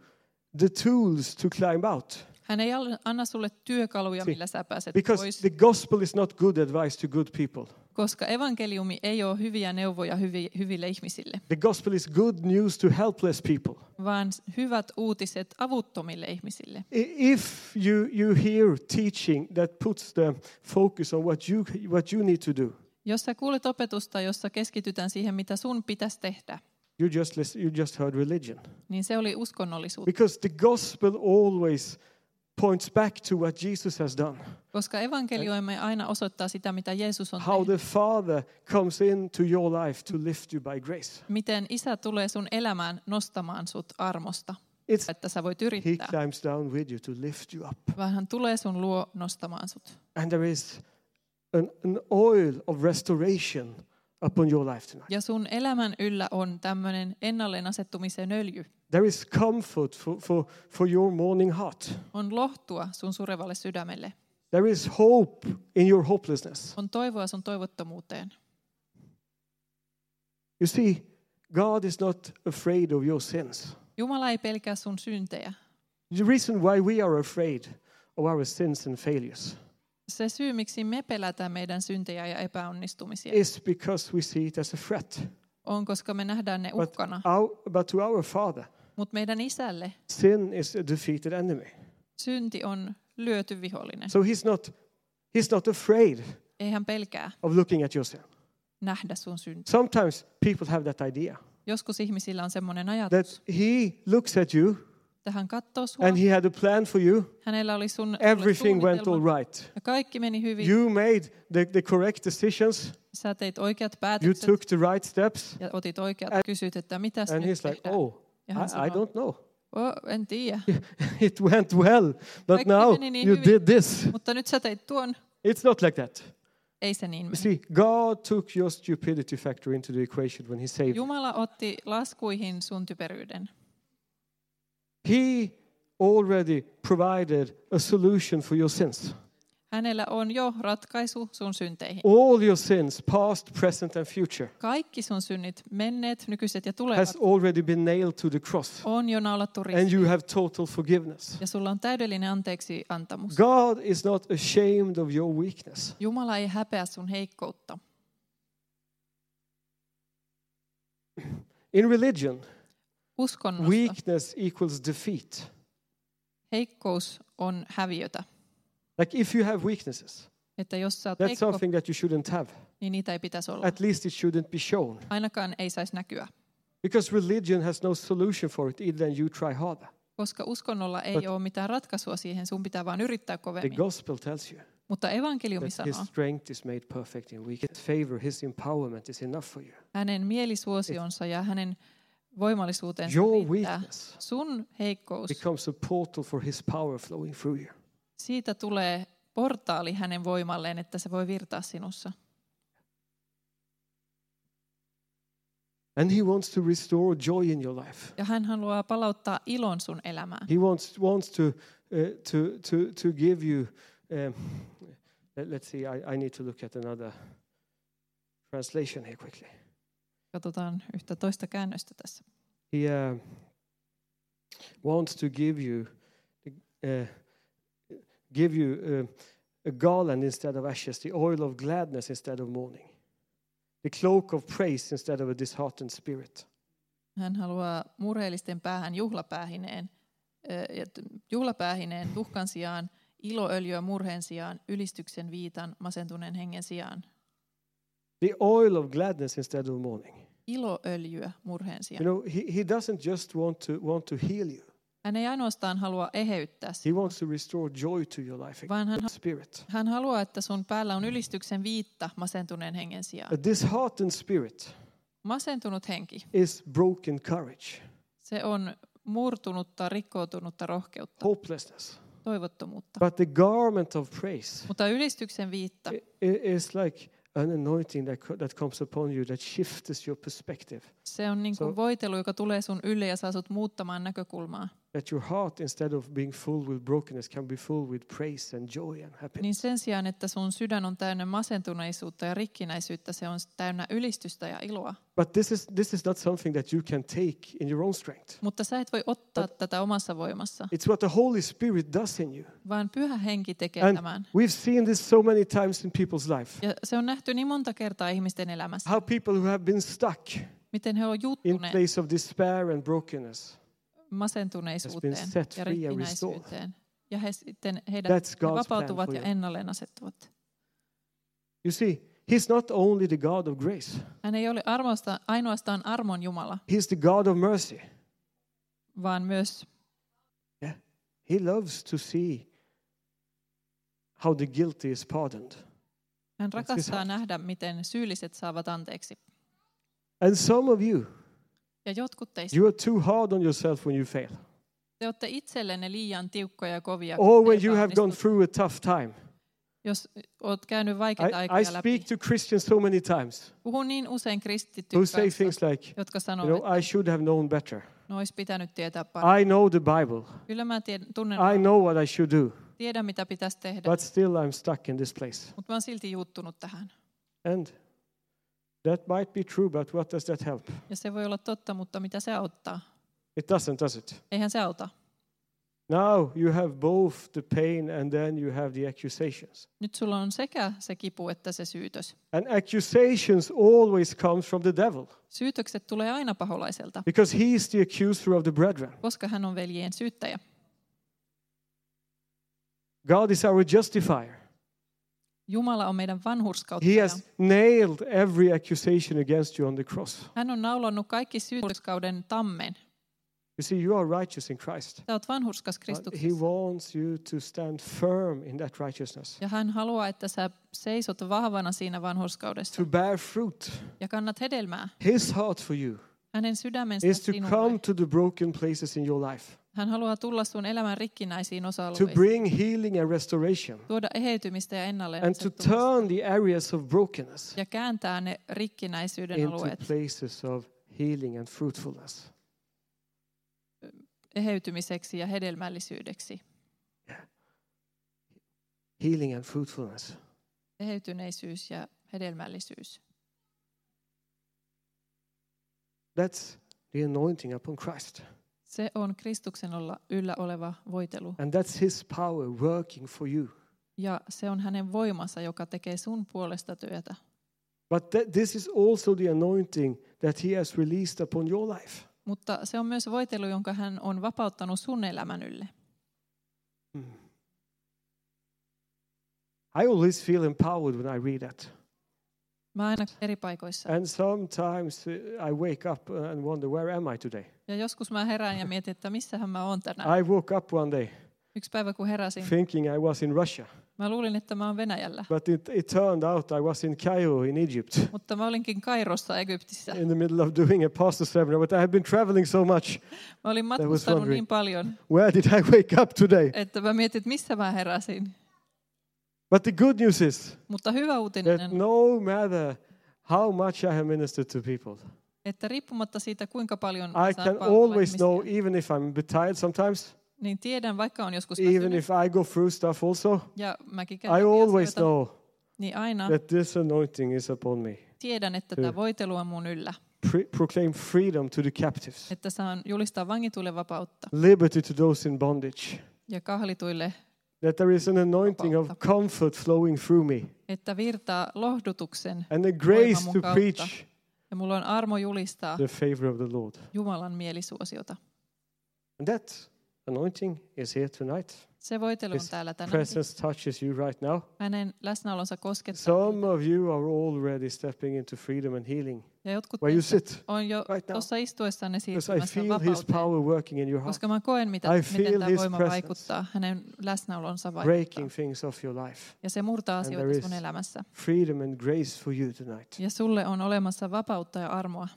S2: the tools to climb out
S1: Hän ei al- anna sulle työkaluja,
S2: See,
S1: millä sä pääset
S2: because
S1: pois,
S2: the gospel is not good advice to good people.
S1: koska evankeliumi ei ole hyviä neuvoja hyvi- hyville ihmisille,
S2: The gospel is good news to helpless people.
S1: vaan s- hyvät uutiset avuttomille ihmisille.
S2: I- If you, you hear teaching that puts the focus on what you, what you need to do,
S1: Jos sä kuulet opetusta, jossa keskitytään siihen, mitä sun pitäisi tehdä,
S2: you just, lis- you just heard religion.
S1: niin se oli uskonnollisuutta.
S2: Because the gospel always points back to what Jesus has done.
S1: Koska evankelioimme aina osoittaa sitä, mitä Jeesus on
S2: How
S1: tehnyt.
S2: the Father comes into your life to lift you by grace.
S1: Miten isä tulee sun elämään nostamaan sut armosta,
S2: It's
S1: että sä voit
S2: He
S1: yrittää,
S2: climbs down with you to lift you up.
S1: vaan hän tulee sun luo nostamaan sut.
S2: And there is an, an oil of restoration upon your life tonight.
S1: Ja sun elämän yllä on tämmöinen ennalleen asettumisen öljy.
S2: There is comfort for, for, for your mourning heart.
S1: On lohtua sun surevalle sydämelle.
S2: There is hope in your hopelessness.
S1: On toivoa sun toivottomuuteen.
S2: You see, God is not afraid of your sins.
S1: Jumala ei pelkää sun syntejä.
S2: The reason why we are afraid of our sins and failures
S1: Se syy, miksi me pelätään meidän syntejä ja epäonnistumisia,
S2: is because we see it as a threat.
S1: on koska me nähdään ne
S2: But,
S1: uhkana.
S2: our, but to our Father,
S1: Mutta meidän isälle
S2: sin is a defeated enemy.
S1: synti on lyöty vihollinen.
S2: So he's not, he's not afraid
S1: Ei hän pelkää
S2: of looking at your sin.
S1: nähdä sun syntiä.
S2: Sometimes people have that idea
S1: Joskus ihmisillä on semmoinen ajatus,
S2: that he looks at you
S1: että hän katsoo sua,
S2: and he had a plan for you.
S1: hänellä oli sun sulle
S2: Everything went all
S1: suunnitelma,
S2: right.
S1: ja kaikki meni hyvin,
S2: You made the, the correct decisions.
S1: sä teit oikeat
S2: You
S1: päätökset
S2: took the right steps.
S1: ja otit oikeat,
S2: and-
S1: kysyt, että mitä
S2: And
S1: nyt
S2: he's like,
S1: tehdään.
S2: oh,
S1: ja hän
S2: I, I
S1: sanoo,
S2: don't know.
S1: oh, en tiedä,
S2: It went well, but
S1: Kaikki
S2: now
S1: meni niin
S2: you
S1: hyvin.
S2: did this.
S1: mutta nyt sä teit tuon,
S2: It's not like that.
S1: ei se niin
S2: You
S1: mene.
S2: see, God took your stupidity factor into the equation when he saved you.
S1: Jumala otti laskuihin sun typeryyden.
S2: He already provided a solution for your sins.
S1: Hänellä on jo ratkaisu sun synteihin.
S2: All your sins, past, present, and future,
S1: Kaikki sun synnit, menneet, nykyiset ja tulevat,
S2: has already been nailed to the cross.
S1: on jo naulattu ristiin.
S2: and you have total forgiveness.
S1: Ja sulla on täydellinen anteeksi antamus.
S2: God is not ashamed of your weakness.
S1: Jumala ei häpeä sun heikkoutta.
S2: In religion,
S1: Uskonnossa
S2: weakness equals defeat.
S1: heikkous on häviötä.
S2: Like if you have weaknesses,
S1: Että jos sä oot
S2: that's
S1: heikko,
S2: something that you shouldn't have.
S1: niin niitä ei pitäisi olla.
S2: At least it shouldn't be shown.
S1: Ainakaan ei saisi näkyä.
S2: Because religion has no solution for it, either than you try harder.
S1: Koska uskonnolla ei
S2: But-
S1: ole mitään ratkaisua siihen, sun pitää vaan yrittää
S2: The
S1: kovemmin.
S2: gospel tells you
S1: Mutta evankeliumi
S2: that his
S1: sanoo,
S2: strength is made perfect in weakness. His favor, his empowerment is enough for you.
S1: hänen mielisuosionsa ja hänen voimallisuutensa
S2: Your
S1: riittää.
S2: weakness
S1: Sun heikkous,
S2: becomes a portal for his power flowing through you.
S1: siitä tulee portaali hänen voimalleen, että se voi virtaa sinussa.
S2: And He wants to restore joy in your life.
S1: Ja hän haluaa palauttaa ilon sun elämään.
S2: He wants, wants to, uh, to, to, to give you. Um, let, let's see, I, I need to look at another translation here quickly.
S1: Katsotaan yhtä toista käännöstä tässä.
S2: He uh, wants to give you, uh, give you uh, a garland instead of ashes, the oil of gladness instead of mourning, the cloak of praise instead of a disheartened spirit.
S1: Hän haluaa murheellisten päähän juhlapäähineen, ö, ja t- juhlapäähineen tuhkan sijaan, iloöljyä murheen sijaan, ylistyksen viitan masentuneen hengen sijaan.
S2: The oil of gladness instead of mourning.
S1: Iloöljyä murheen sijaan.
S2: You know, he, he doesn't just want to want to heal you.
S1: Hän ei ainoastaan halua eheyttää
S2: He
S1: sinua,
S2: wants to restore joy to your life,
S1: vaan hän,
S2: a spirit,
S1: hän haluaa, että sun päällä on ylistyksen viitta masentuneen hengen
S2: a
S1: sijaan.
S2: disheartened spirit.
S1: Masentunut henki,
S2: is broken courage,
S1: se on murtunutta, rikkoutunutta rohkeutta,
S2: hopelessness.
S1: toivottomuutta.
S2: But the garment of praise
S1: Mutta ylistyksen viitta
S2: i- i- is like an anointing that, co- that comes upon you that shifts your perspective.
S1: Se on niin kuin
S2: So-
S1: voitelu, joka tulee sun ylle ja saa sut muuttamaan näkökulmaa.
S2: That your heart, instead of being full with brokenness, can be full with praise and joy and happiness.
S1: Niin sen sijaan, että sun sydän on täynnä masentuneisuutta ja rikkinäisyyttä, se on täynnä ylistystä ja iloa.
S2: But this is, this is not something that you can take in your own strength.
S1: Mutta sä et voi ottaa tätä omassa voimassa,
S2: It's what the Holy Spirit does in you.
S1: vaan pyhä henki tekee
S2: And
S1: tämän.
S2: we've seen this so many times in people's life.
S1: Ja se on nähty niin monta kertaa ihmisten elämässä,
S2: How people who have been stuck
S1: miten he on
S2: in
S1: juttuneet
S2: place of despair and brokenness,
S1: masentuneisuuteen
S2: has been set
S1: ja
S2: free and
S1: rikkinäisyyteen. Ja he sitten heidät
S2: that's
S1: he
S2: God's plan
S1: vapautuvat
S2: for
S1: ja
S2: you.
S1: ennalleen asettuvat.
S2: You see, He's not only the God of grace,
S1: Hän ei ole armosta, ainoastaan armon Jumala,
S2: He's the God of mercy.
S1: vaan myös
S2: Yeah. He loves to see how the guilty is pardoned.
S1: Hän
S2: his
S1: rakastaa
S2: heart.
S1: nähdä, miten syylliset saavat anteeksi.
S2: And some of you,
S1: Ja jotkut teistä,
S2: you are too hard on yourself when you fail,
S1: te olette itsellenne liian tiukkoja ja kovia. kun
S2: or
S1: te
S2: when you have gone
S1: epäonnistut.
S2: through a tough time.
S1: Jos olet käynyt vaikeita
S2: I, I
S1: aikoja läpi,
S2: speak to Christians so many times
S1: puhun niin usein
S2: who
S1: kristittyjen
S2: say
S1: kanssa,
S2: things like,
S1: jotka
S2: you
S1: sanoo,
S2: know,
S1: että
S2: I should have known better.
S1: no olisi pitänyt tietää paremmin.
S2: I know the Bible.
S1: Kyllä mä tied- tunnen,
S2: I know what I should do.
S1: tiedän mitä pitäisi tehdä,
S2: But still, I'm stuck in this place.
S1: mutta mä oon silti juuttunut tähän.
S2: And that might be true, but what does that help?
S1: Ja se voi olla totta, mutta mitä se auttaa?
S2: It doesn't, does it?
S1: Eihän se auta.
S2: Now you have both the pain and then you have the accusations.
S1: Nyt sulla on sekä se kipu että se syytös.
S2: And accusations always comes from the devil
S1: Syytökset tulee aina paholaiselta,
S2: because he is the accuser of the brethren.
S1: koska hän on veljien syyttäjä.
S2: God is our justifier.
S1: Jumala on meidän
S2: He
S1: vanhurskauttaja.
S2: has nailed every accusation against you on the cross.
S1: Hän on naulannut kaikki syytöskauden tammen.
S2: You see, you are righteous in Christ.
S1: Sä oot vanhurskas
S2: But No, he
S1: Kristuksessa.
S2: wants you to stand firm in that righteousness,
S1: Ja hän haluaa, että sä seisot vahvana siinä vanhurskaudessa
S2: to bear fruit.
S1: ja kannat hedelmää.
S2: His heart for you
S1: Hänen sydämensä
S2: is to come
S1: sinulle.
S2: to the broken places in your life,
S1: Hän haluaa tulla sun elämän rikkinäisiin
S2: to
S1: osa-alueisiin,
S2: bring healing and restoration.
S1: tuoda eheytymistä ja ennalleen
S2: and to
S1: asettumista
S2: turn the areas of brokenness
S1: ja kääntää ne rikkinäisyyden
S2: into
S1: alueet
S2: places of healing and fruitfulness.
S1: eheytymiseksi ja hedelmällisyydeksi,
S2: Healing and fruitfulness.
S1: eheytyneisyys ja hedelmällisyys.
S2: That's the anointing upon Christ.
S1: Se on Kristuksen olla yllä oleva voitelu
S2: And that's his power working for you.
S1: ja se on hänen voimansa, joka tekee sun puolesta työtä.
S2: But that, this is also the anointing that he has released upon your life.
S1: Mutta se on myös voitelu, jonka hän on vapauttanut sun elämän ylle.
S2: I always feel empowered when I read that.
S1: Mä aina eri paikoissa.
S2: And sometimes uh, I wake up and wonder, where am I today?
S1: Ja joskus mä herään ja mietin, että missähän mä oon tänään.
S2: I woke up one day
S1: Yksi päivä kun heräsin,
S2: thinking I was in Russia,
S1: mä luulin, että mä oon Venäjällä.
S2: but it, it turned out I was in Cairo, in Egypt.
S1: Mutta mä olinkin Kairossa Egyptissä.
S2: in the middle of doing a pastor seminar, but I have been traveling so much.
S1: Mä olin
S2: was
S1: matkustanut
S2: wondering.
S1: niin paljon,
S2: Where did I wake up today?
S1: että mä mietin, että missä mä heräsin.
S2: But the good news is
S1: Mutta hyvä uutinen,
S2: that no matter how much I have ministered to people,
S1: Että riippumatta siitä, kuinka paljon
S2: I
S1: saan
S2: can
S1: palvella
S2: always
S1: ihmisiä,
S2: know, even if I'm a bit tired sometimes,
S1: niin tiedän, vaikka on joskus
S2: even
S1: väsynyt,
S2: if I go through stuff also,
S1: ja mäkin käyn
S2: I
S1: läpi
S2: always
S1: asioita,
S2: know
S1: niin aina
S2: that this anointing is upon me.
S1: tiedän, että tämä voitelu on mun yllä.
S2: Pre- proclaim freedom to the captives,
S1: Että saan julistaa vangituille vapautta
S2: liberty to those in bondage,
S1: ja kahlituille,
S2: that there is an anointing of comfort flowing through me
S1: että virtaa lohdutuksen.
S2: and the grace to
S1: Voimamukautta.
S2: preach
S1: Ja mulla on armo julistaa
S2: the favor of the Lord.
S1: Jumalan mielisuosiota.
S2: And that anointing is here tonight.
S1: Se voitelu on
S2: His
S1: täällä tänään.
S2: Presence touches you right now.
S1: Hänen läsnäolonsa koskettaa.
S2: Some of you are already stepping into freedom and healing
S1: Ja jotkut
S2: where you
S1: teistä
S2: sit
S1: on jo
S2: right now.
S1: tuossa istuessanne
S2: Because I
S1: siirtymässä
S2: feel His
S1: vapauteen.
S2: power working in your heart,
S1: Koska mä koen, mitä,
S2: I
S1: miten
S2: feel
S1: tämä
S2: his
S1: voima
S2: presence.
S1: vaikuttaa, hänen läsnäolonsa vaikuttaa.
S2: breaking things off your life.
S1: Ja se murtaa
S2: And there
S1: asioita
S2: is-
S1: sun elämässä.
S2: Freedom and grace for you tonight.
S1: Ja sulle on olemassa vapautta ja armoa.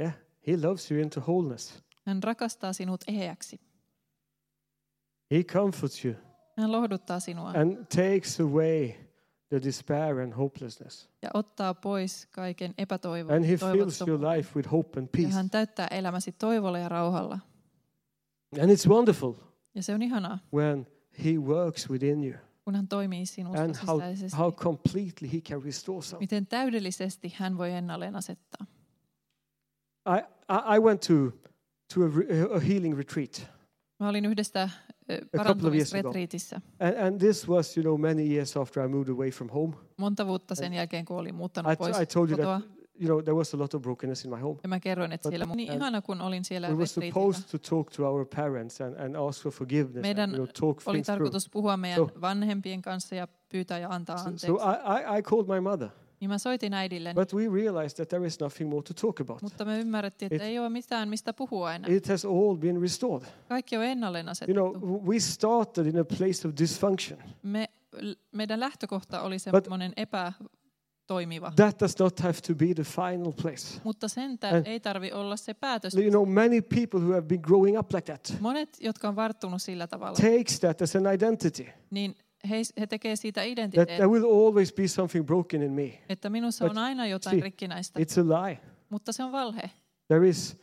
S2: Yeah, He loves you into wholeness.
S1: Hän rakastaa sinut eheäksi.
S2: He comforts you
S1: Hän lohduttaa sinua
S2: and takes away the despair and hopelessness.
S1: ja ottaa pois kaiken epätoivon
S2: And He fills your
S1: toivottomuuden.
S2: life with hope and
S1: Ja
S2: peace.
S1: hän täyttää elämäsi toivolla ja rauhalla.
S2: And it's wonderful
S1: Ja se on ihanaa,
S2: when He works within you
S1: kun hän toimii sinusta
S2: and how,
S1: sisäisesti.
S2: how completely He can restore something.
S1: Miten täydellisesti hän voi ennalleen asettaa.
S2: I, I, I went to, to a, re- a healing retreat.
S1: Mä olin yhdestä ö,
S2: ago.
S1: parantumisretriitissä
S2: And, and this was, you know, many years after I moved away from home.
S1: monta vuotta sen jälkeen, kun olin
S2: I,
S1: muuttanut
S2: t-
S1: pois
S2: I told you
S1: kotoa.
S2: that, you know, there was a lot of brokenness in my home.
S1: Ja mä kerroin, että
S2: But-
S1: siellä niin
S2: and-
S1: ihana, kun olin siellä
S2: We were
S1: retriitillä.
S2: supposed to talk to our parents and, and ask for forgiveness and
S1: Meidän
S2: you know, talk
S1: Oli
S2: things through.
S1: tarkoitus puhua meidän
S2: So-
S1: vanhempien kanssa ja pyytää ja antaa
S2: So,
S1: anteeksi.
S2: so I, I, I called my mother,
S1: niin mä soitin äidille,
S2: but we realized that there is nothing more to talk about.
S1: mutta me ymmärrettiin, että
S2: It-
S1: ei ole mitään, mistä puhua enää.
S2: It has all been restored.
S1: Kaikki on ennalleen
S2: You know,
S1: asetettu.
S2: we started in a place of dysfunction.
S1: Me, l- meidän lähtökohta oli semmoinen epätoimiva.
S2: That does not have to be the final place.
S1: Mutta sen tä-
S2: and-
S1: ei tarvi olla se päätös.
S2: You know, many people who have been growing up like that
S1: Monet, jotka on varttunut sillä tavalla,
S2: takes that as an identity.
S1: niin he, he tekee siitä
S2: That
S1: identiteetin,
S2: there will always be something broken in me.
S1: että minussa
S2: but
S1: on aina
S2: see,
S1: jotain rikkinäistä,
S2: It's a lie.
S1: mutta se on valhe.
S2: There is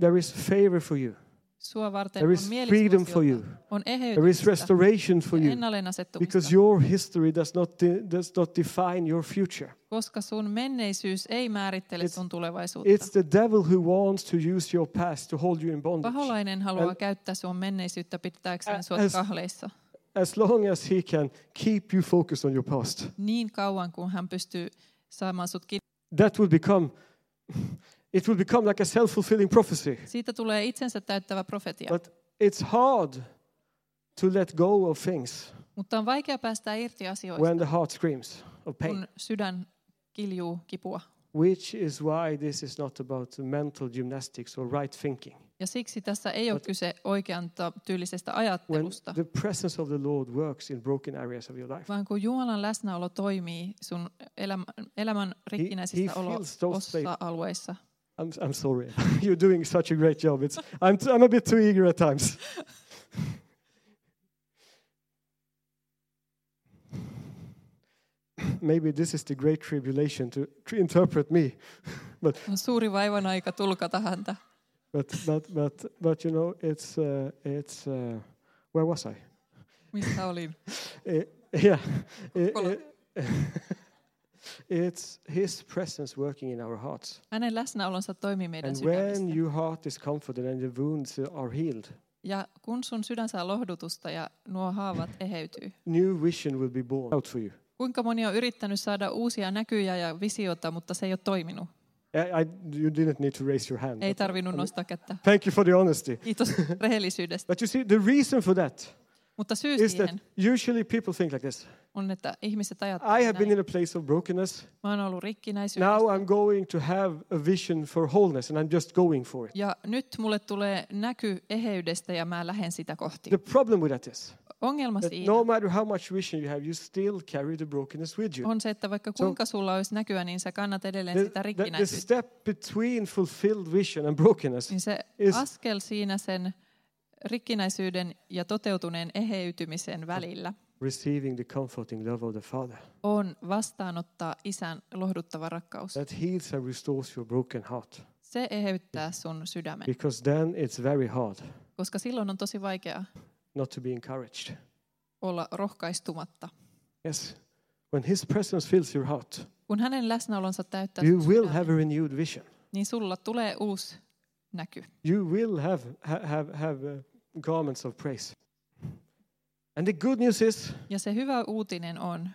S2: there is favor for you.
S1: Sua varten
S2: There
S1: on
S2: is freedom for you.
S1: mielisuosiota, on
S2: There is
S1: eheytymistä,
S2: restoration for
S1: ja
S2: you.
S1: ennalleen asettumista,
S2: Because your history does not de- does not define your future.
S1: koska sun menneisyys ei määrittele
S2: It's-
S1: sun tulevaisuutta.
S2: It's the devil who wants to use your past to hold you in bondage.
S1: Paholainen haluaa
S2: And-
S1: käyttää sun menneisyyttä pitääkseen sua
S2: As-
S1: kahleissa
S2: As long as he can keep you focused on your past,
S1: niin kauan, kun hän pystyy saamaan sut kiinni.
S2: that will become it will become like a self-fulfilling prophecy.
S1: Siitä tulee itsensä täyttävä profetia.
S2: But it's hard to let go of things
S1: Mutta on vaikea päästä irti asioista,
S2: when the heart screams of pain.
S1: kun sydän kiljuu kipua.
S2: Which is why this is not about mental gymnastics or right thinking.
S1: Ja siksi tässä ei ole
S2: But-
S1: kyse oikean ta- tyylisestä
S2: When
S1: ajattelusta,
S2: the presence of the Lord works in broken areas of your life,
S1: vaan kun Jumalan läsnäolo toimii sun elämän, elämän rikkinäisissä
S2: he feels those places.
S1: olo-alueissa.
S2: I'm, I'm sorry, you're doing such a great job. It's, I'm, t- I'm a bit too eager at times. Maybe this is the great tribulation to, to interpret me,
S1: On suuri vaivan aika tulkata häntä.
S2: but but but but you know, it's uh, it's uh, where was I?
S1: Missä olin?
S2: Eh, yeah. Eh,
S1: Well-
S2: eh, it's His presence working in our hearts.
S1: Hänen läsnäolonsa toimii meidän
S2: And when
S1: sydämessä.
S2: your heart is comforted and the wounds are healed,
S1: Ja kun sun sydän saa lohdutusta ja nuo haavat eheytyy.
S2: new vision will be born out for you.
S1: Kuinka moni on yrittänyt saada uusia näkyjä ja visiota, mutta se ei ole toiminut.
S2: I, I, you didn't need to raise your hand.
S1: Ei
S2: but
S1: tarvinnut nostaa kättä.
S2: Thank you for the honesty.
S1: Kiitos rehellisyydestä.
S2: But you see, the reason for that
S1: Mutta syy
S2: is that
S1: siihen
S2: usually people think like this.
S1: on, että ihmiset ajattelevat
S2: I have been
S1: näin.
S2: in a place of brokenness.
S1: Mä oon ollut rikkinäisyydessä.
S2: Now I'm going to have a vision for wholeness and I'm just going for it.
S1: Ja nyt mulle tulee näky eheydestä ja mä lähden sitä kohti.
S2: The problem with that is
S1: Ongelma
S2: that
S1: siinä
S2: no matter how much vision you have, you still carry the brokenness with you.
S1: on se, että vaikka kuinka sulla olisi näkyä, niin sä kannat edelleen
S2: The,
S1: sitä
S2: the- the
S1: rikkinäisyyttä.
S2: step between fulfilled vision and brokenness
S1: Niin se
S2: is-
S1: askel siinä sen rikkinäisyyden ja toteutuneen eheytymisen välillä
S2: receiving the comforting love of the Father
S1: on vastaanottaa isän lohduttava rakkaus.
S2: that heals and restores your broken heart.
S1: Se eheyttää sun sydämen,
S2: Because then it's very hard
S1: koska silloin on tosi vaikeaa
S2: not to be encouraged.
S1: olla rohkaistumatta.
S2: Yes. When His presence fills your heart,
S1: Kun hänen läsnäolonsa täyttää
S2: you
S1: sun
S2: will
S1: sydämen,
S2: have a renewed vision.
S1: niin sulla tulee uusi näky.
S2: You will have, ha- have, have uh, garments of praise. And the good news is
S1: Ja se hyvä uutinen on,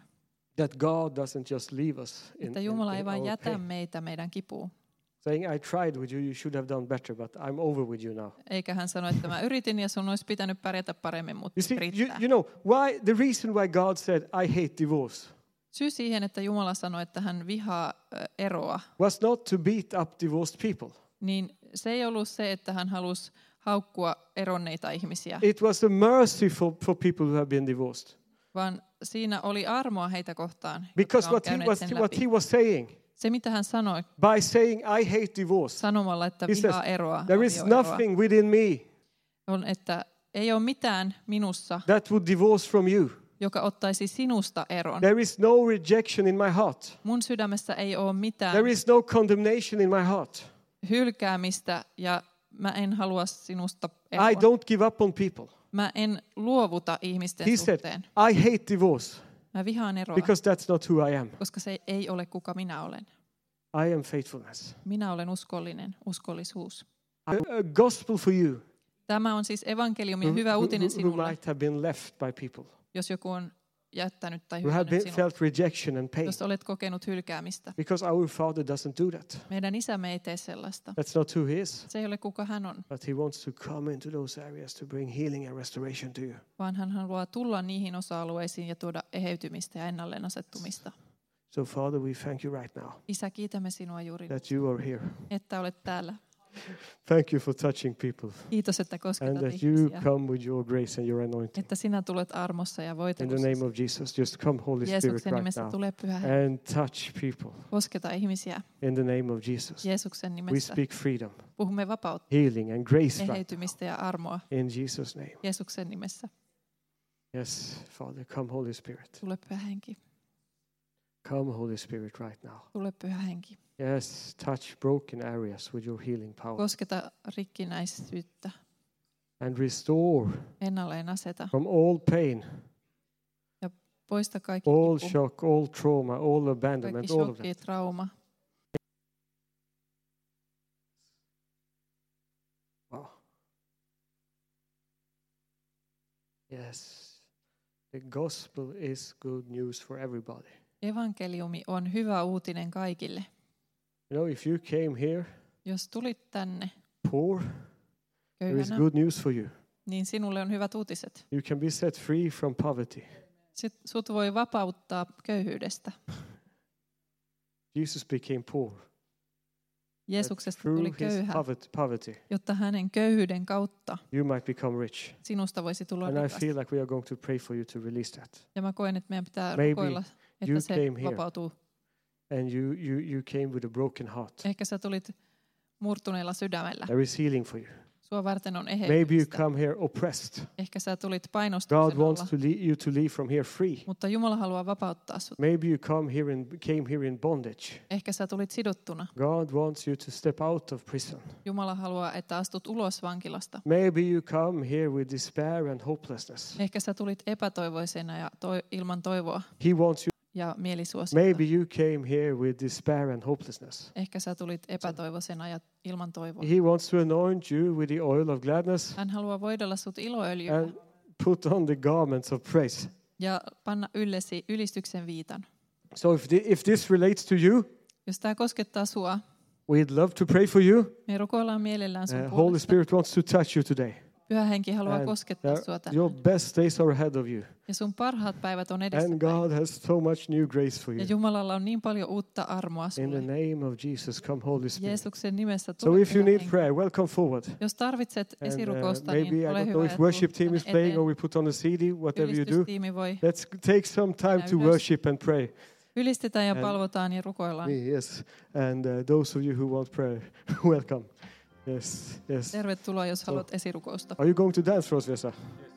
S2: that God doesn't just leave us in,
S1: että
S2: in-
S1: Jumala ei
S2: in
S1: vain
S2: our
S1: jätä
S2: pain.
S1: meitä meidän kipuun.
S2: saying, I tried with you, you should have done better, but I'm over with you now.
S1: Eikä hän sano, että mä yritin ja sun olisi pitänyt pärjätä paremmin, mutta
S2: You see, you,
S1: riittää.
S2: you know, why the reason why God said, I hate divorce
S1: Syy siihen, että Jumala sanoi, että hän vihaa ö, eroa,
S2: was not to beat up divorced people.
S1: niin se ei ollut se, että hän halusi haukkua eronneita ihmisiä,
S2: It was a mercy for, for people who have been divorced.
S1: vaan siinä oli armoa heitä kohtaan, jotka
S2: Because
S1: on
S2: what he,
S1: käyneet
S2: was,
S1: sen
S2: what he
S1: läpi.
S2: was saying,
S1: Se, mitä hän sanoi
S2: by saying, I hate divorce,
S1: sanomalla, että
S2: He says,
S1: vihaa eroa,
S2: there is
S1: avioeroa,
S2: nothing within me
S1: on, että ei ole mitään minussa,
S2: that would divorce from you.
S1: joka ottaisi sinusta eron.
S2: There is no rejection in my heart.
S1: Mun sydämessä ei ole mitään
S2: There is no condemnation in my heart.
S1: hylkäämistä ja mä en halua sinusta
S2: I
S1: eroa.
S2: don't give up on people.
S1: Mä en luovuta ihmisten
S2: He
S1: suhteen.
S2: said, I hate divorce
S1: Mä vihaan eroa,
S2: because that's not who I am.
S1: koska se ei ole kuka minä olen.
S2: I am faithfulness.
S1: Minä olen uskollinen, uskollisuus.
S2: A, a gospel for you
S1: Tämä on siis evankeliumi ja
S2: who,
S1: hyvä
S2: who-
S1: uutinen
S2: who- who
S1: sinulle,
S2: might have been left by people,
S1: jos joku on jättänyt tai
S2: who have
S1: hylännyt
S2: been,
S1: sinua,
S2: felt rejection and pain.
S1: jos olet kokenut hylkäämistä.
S2: Because our Father doesn't do that.
S1: Meidän isämme ei tee sellaista.
S2: That's not who He is.
S1: Se ei ole kuka hän on,
S2: But He wants to come into those areas to bring healing and restoration to you.
S1: vaan hän haluaa tulla niihin osa-alueisiin ja tuoda eheytymistä ja ennalleen asettumista.
S2: So, Father, we thank you right now
S1: Isä, kiitämme sinua juuri,
S2: that you are here.
S1: että olet täällä.
S2: Thank you for touching people
S1: Kiitos, että
S2: and
S1: kosketat
S2: that you
S1: ihmisiä.
S2: come with your grace and your anointing.
S1: Että sinä tulet armossa ja
S2: In the name
S1: voitelussa.
S2: of Jesus, just come, Holy Spirit,
S1: Jeesuksen
S2: right
S1: nimessä
S2: now
S1: tulee pyhä henki.
S2: and touch people.
S1: Kosketa ihmisiä
S2: In the name of Jesus,
S1: Jeesuksen
S2: we
S1: nimessä.
S2: speak freedom,
S1: Puhumme vapautta,
S2: healing, and grace right
S1: eheytymistä ja armoa
S2: in Jesus' name.
S1: Jeesuksen nimessä.
S2: Yes, Father, come, Holy Spirit.
S1: Tule pyhä henki,
S2: Come, Holy Spirit, right now.
S1: tule pyhä henki.
S2: Yes, touch broken areas with your healing power
S1: Kosketa rikkinäisyyttä,
S2: and restore
S1: ennalleen aseta.
S2: from all pain,
S1: Poista kaikki
S2: all
S1: kipu,
S2: shock, all trauma, all
S1: kaikki
S2: abandonment, all of
S1: shokki,
S2: that.
S1: trauma.
S2: Wow. Yes, the gospel is good news for everybody.
S1: Evankeliumi on hyvä uutinen kaikille.
S2: You know, if you came here
S1: Jos tulit tänne
S2: poor, there is
S1: köyhänä,
S2: good news for you.
S1: niin sinulle on hyvät uutiset.
S2: You can be set free from poverty.
S1: Sit, sut voi vapauttaa köyhyydestä.
S2: Jesus became poor that
S1: Jeesuksesta
S2: through
S1: tuli
S2: his
S1: köyhä,
S2: povert- poverty.
S1: jotta hänen köyhyyden kautta
S2: You might become rich.
S1: sinusta voisi tulla
S2: And I
S1: rikas.
S2: feel like we are going to pray for you to release that.
S1: Ja mä koen, että meidän pitää
S2: Maybe
S1: rukoilla,
S2: you
S1: että se
S2: came here.
S1: vapautuu.
S2: And you, you, you came with a broken heart.
S1: Ehkä sä tulit murtuneella sydämellä.
S2: There is healing for you.
S1: Sua varten on
S2: Maybe you
S1: eheytymistä.
S2: come here oppressed.
S1: Ehkä sä tulit
S2: God
S1: painostuksen
S2: wants
S1: alla,
S2: to lead you to leave from here free.
S1: mutta Jumala haluaa vapauttaa sut.
S2: Maybe you come here and came here in bondage.
S1: Ehkä sä tulit sidottuna.
S2: God wants you to step out of prison.
S1: Jumala haluaa, että astut ulos vankilasta.
S2: Maybe you come here with despair and hopelessness.
S1: Ehkä sä tulit epätoivoisena ja toi, ilman toivoa
S2: He wants you.
S1: ja mielisuosioita.
S2: Maybe you came here with despair and hopelessness.
S1: Ehkä sä tulit epätoivoisena ja ilman toivoa.
S2: He wants to anoint you with the oil of gladness
S1: Hän haluaa voidella sut iloöljyllä
S2: and put on the garments of praise.
S1: ja panna yllesi ylistyksen viitan.
S2: So if, thi- if this relates to you,
S1: Jos tämä koskettaa sua,
S2: we'd love to pray for you.
S1: me rukoillaan mielellään sun
S2: Uh, Holy
S1: puolesta.
S2: Spirit wants to touch you today.
S1: Pyhä henki haluaa
S2: And
S1: koskettaa
S2: there-
S1: sua tänään.
S2: Your best days are ahead of you.
S1: Ja sun parhaat päivät on edessä.
S2: And God has so much new grace for
S1: Ja
S2: you.
S1: Jumalalla on niin paljon uutta armoa
S2: In the
S1: sulle.
S2: name of Jesus, come Holy Spirit.
S1: Jeesuksen nimessä
S2: So
S1: tule
S2: if you
S1: Pyhä
S2: need
S1: Henki.
S2: prayer, well, come forward.
S1: Jos tarvitset
S2: And, uh,
S1: esirukousta,
S2: maybe
S1: niin
S2: I
S1: ole
S2: don't know
S1: hyvä ja
S2: if
S1: tuu
S2: worship team is
S1: tänne
S2: playing or
S1: eteen.
S2: we put on a CD, whatever you do.
S1: Ylistystiimi voi.
S2: Let's take some time to worship and pray.
S1: Ylistetään ja
S2: And-
S1: palvotaan ja rukoillaan.
S2: Yes. And uh, those of you who want prayer, welcome. Yes, yes.
S1: Tervetuloa, jos haluat esirukousta.
S2: Are you going to dance for us, Vesa?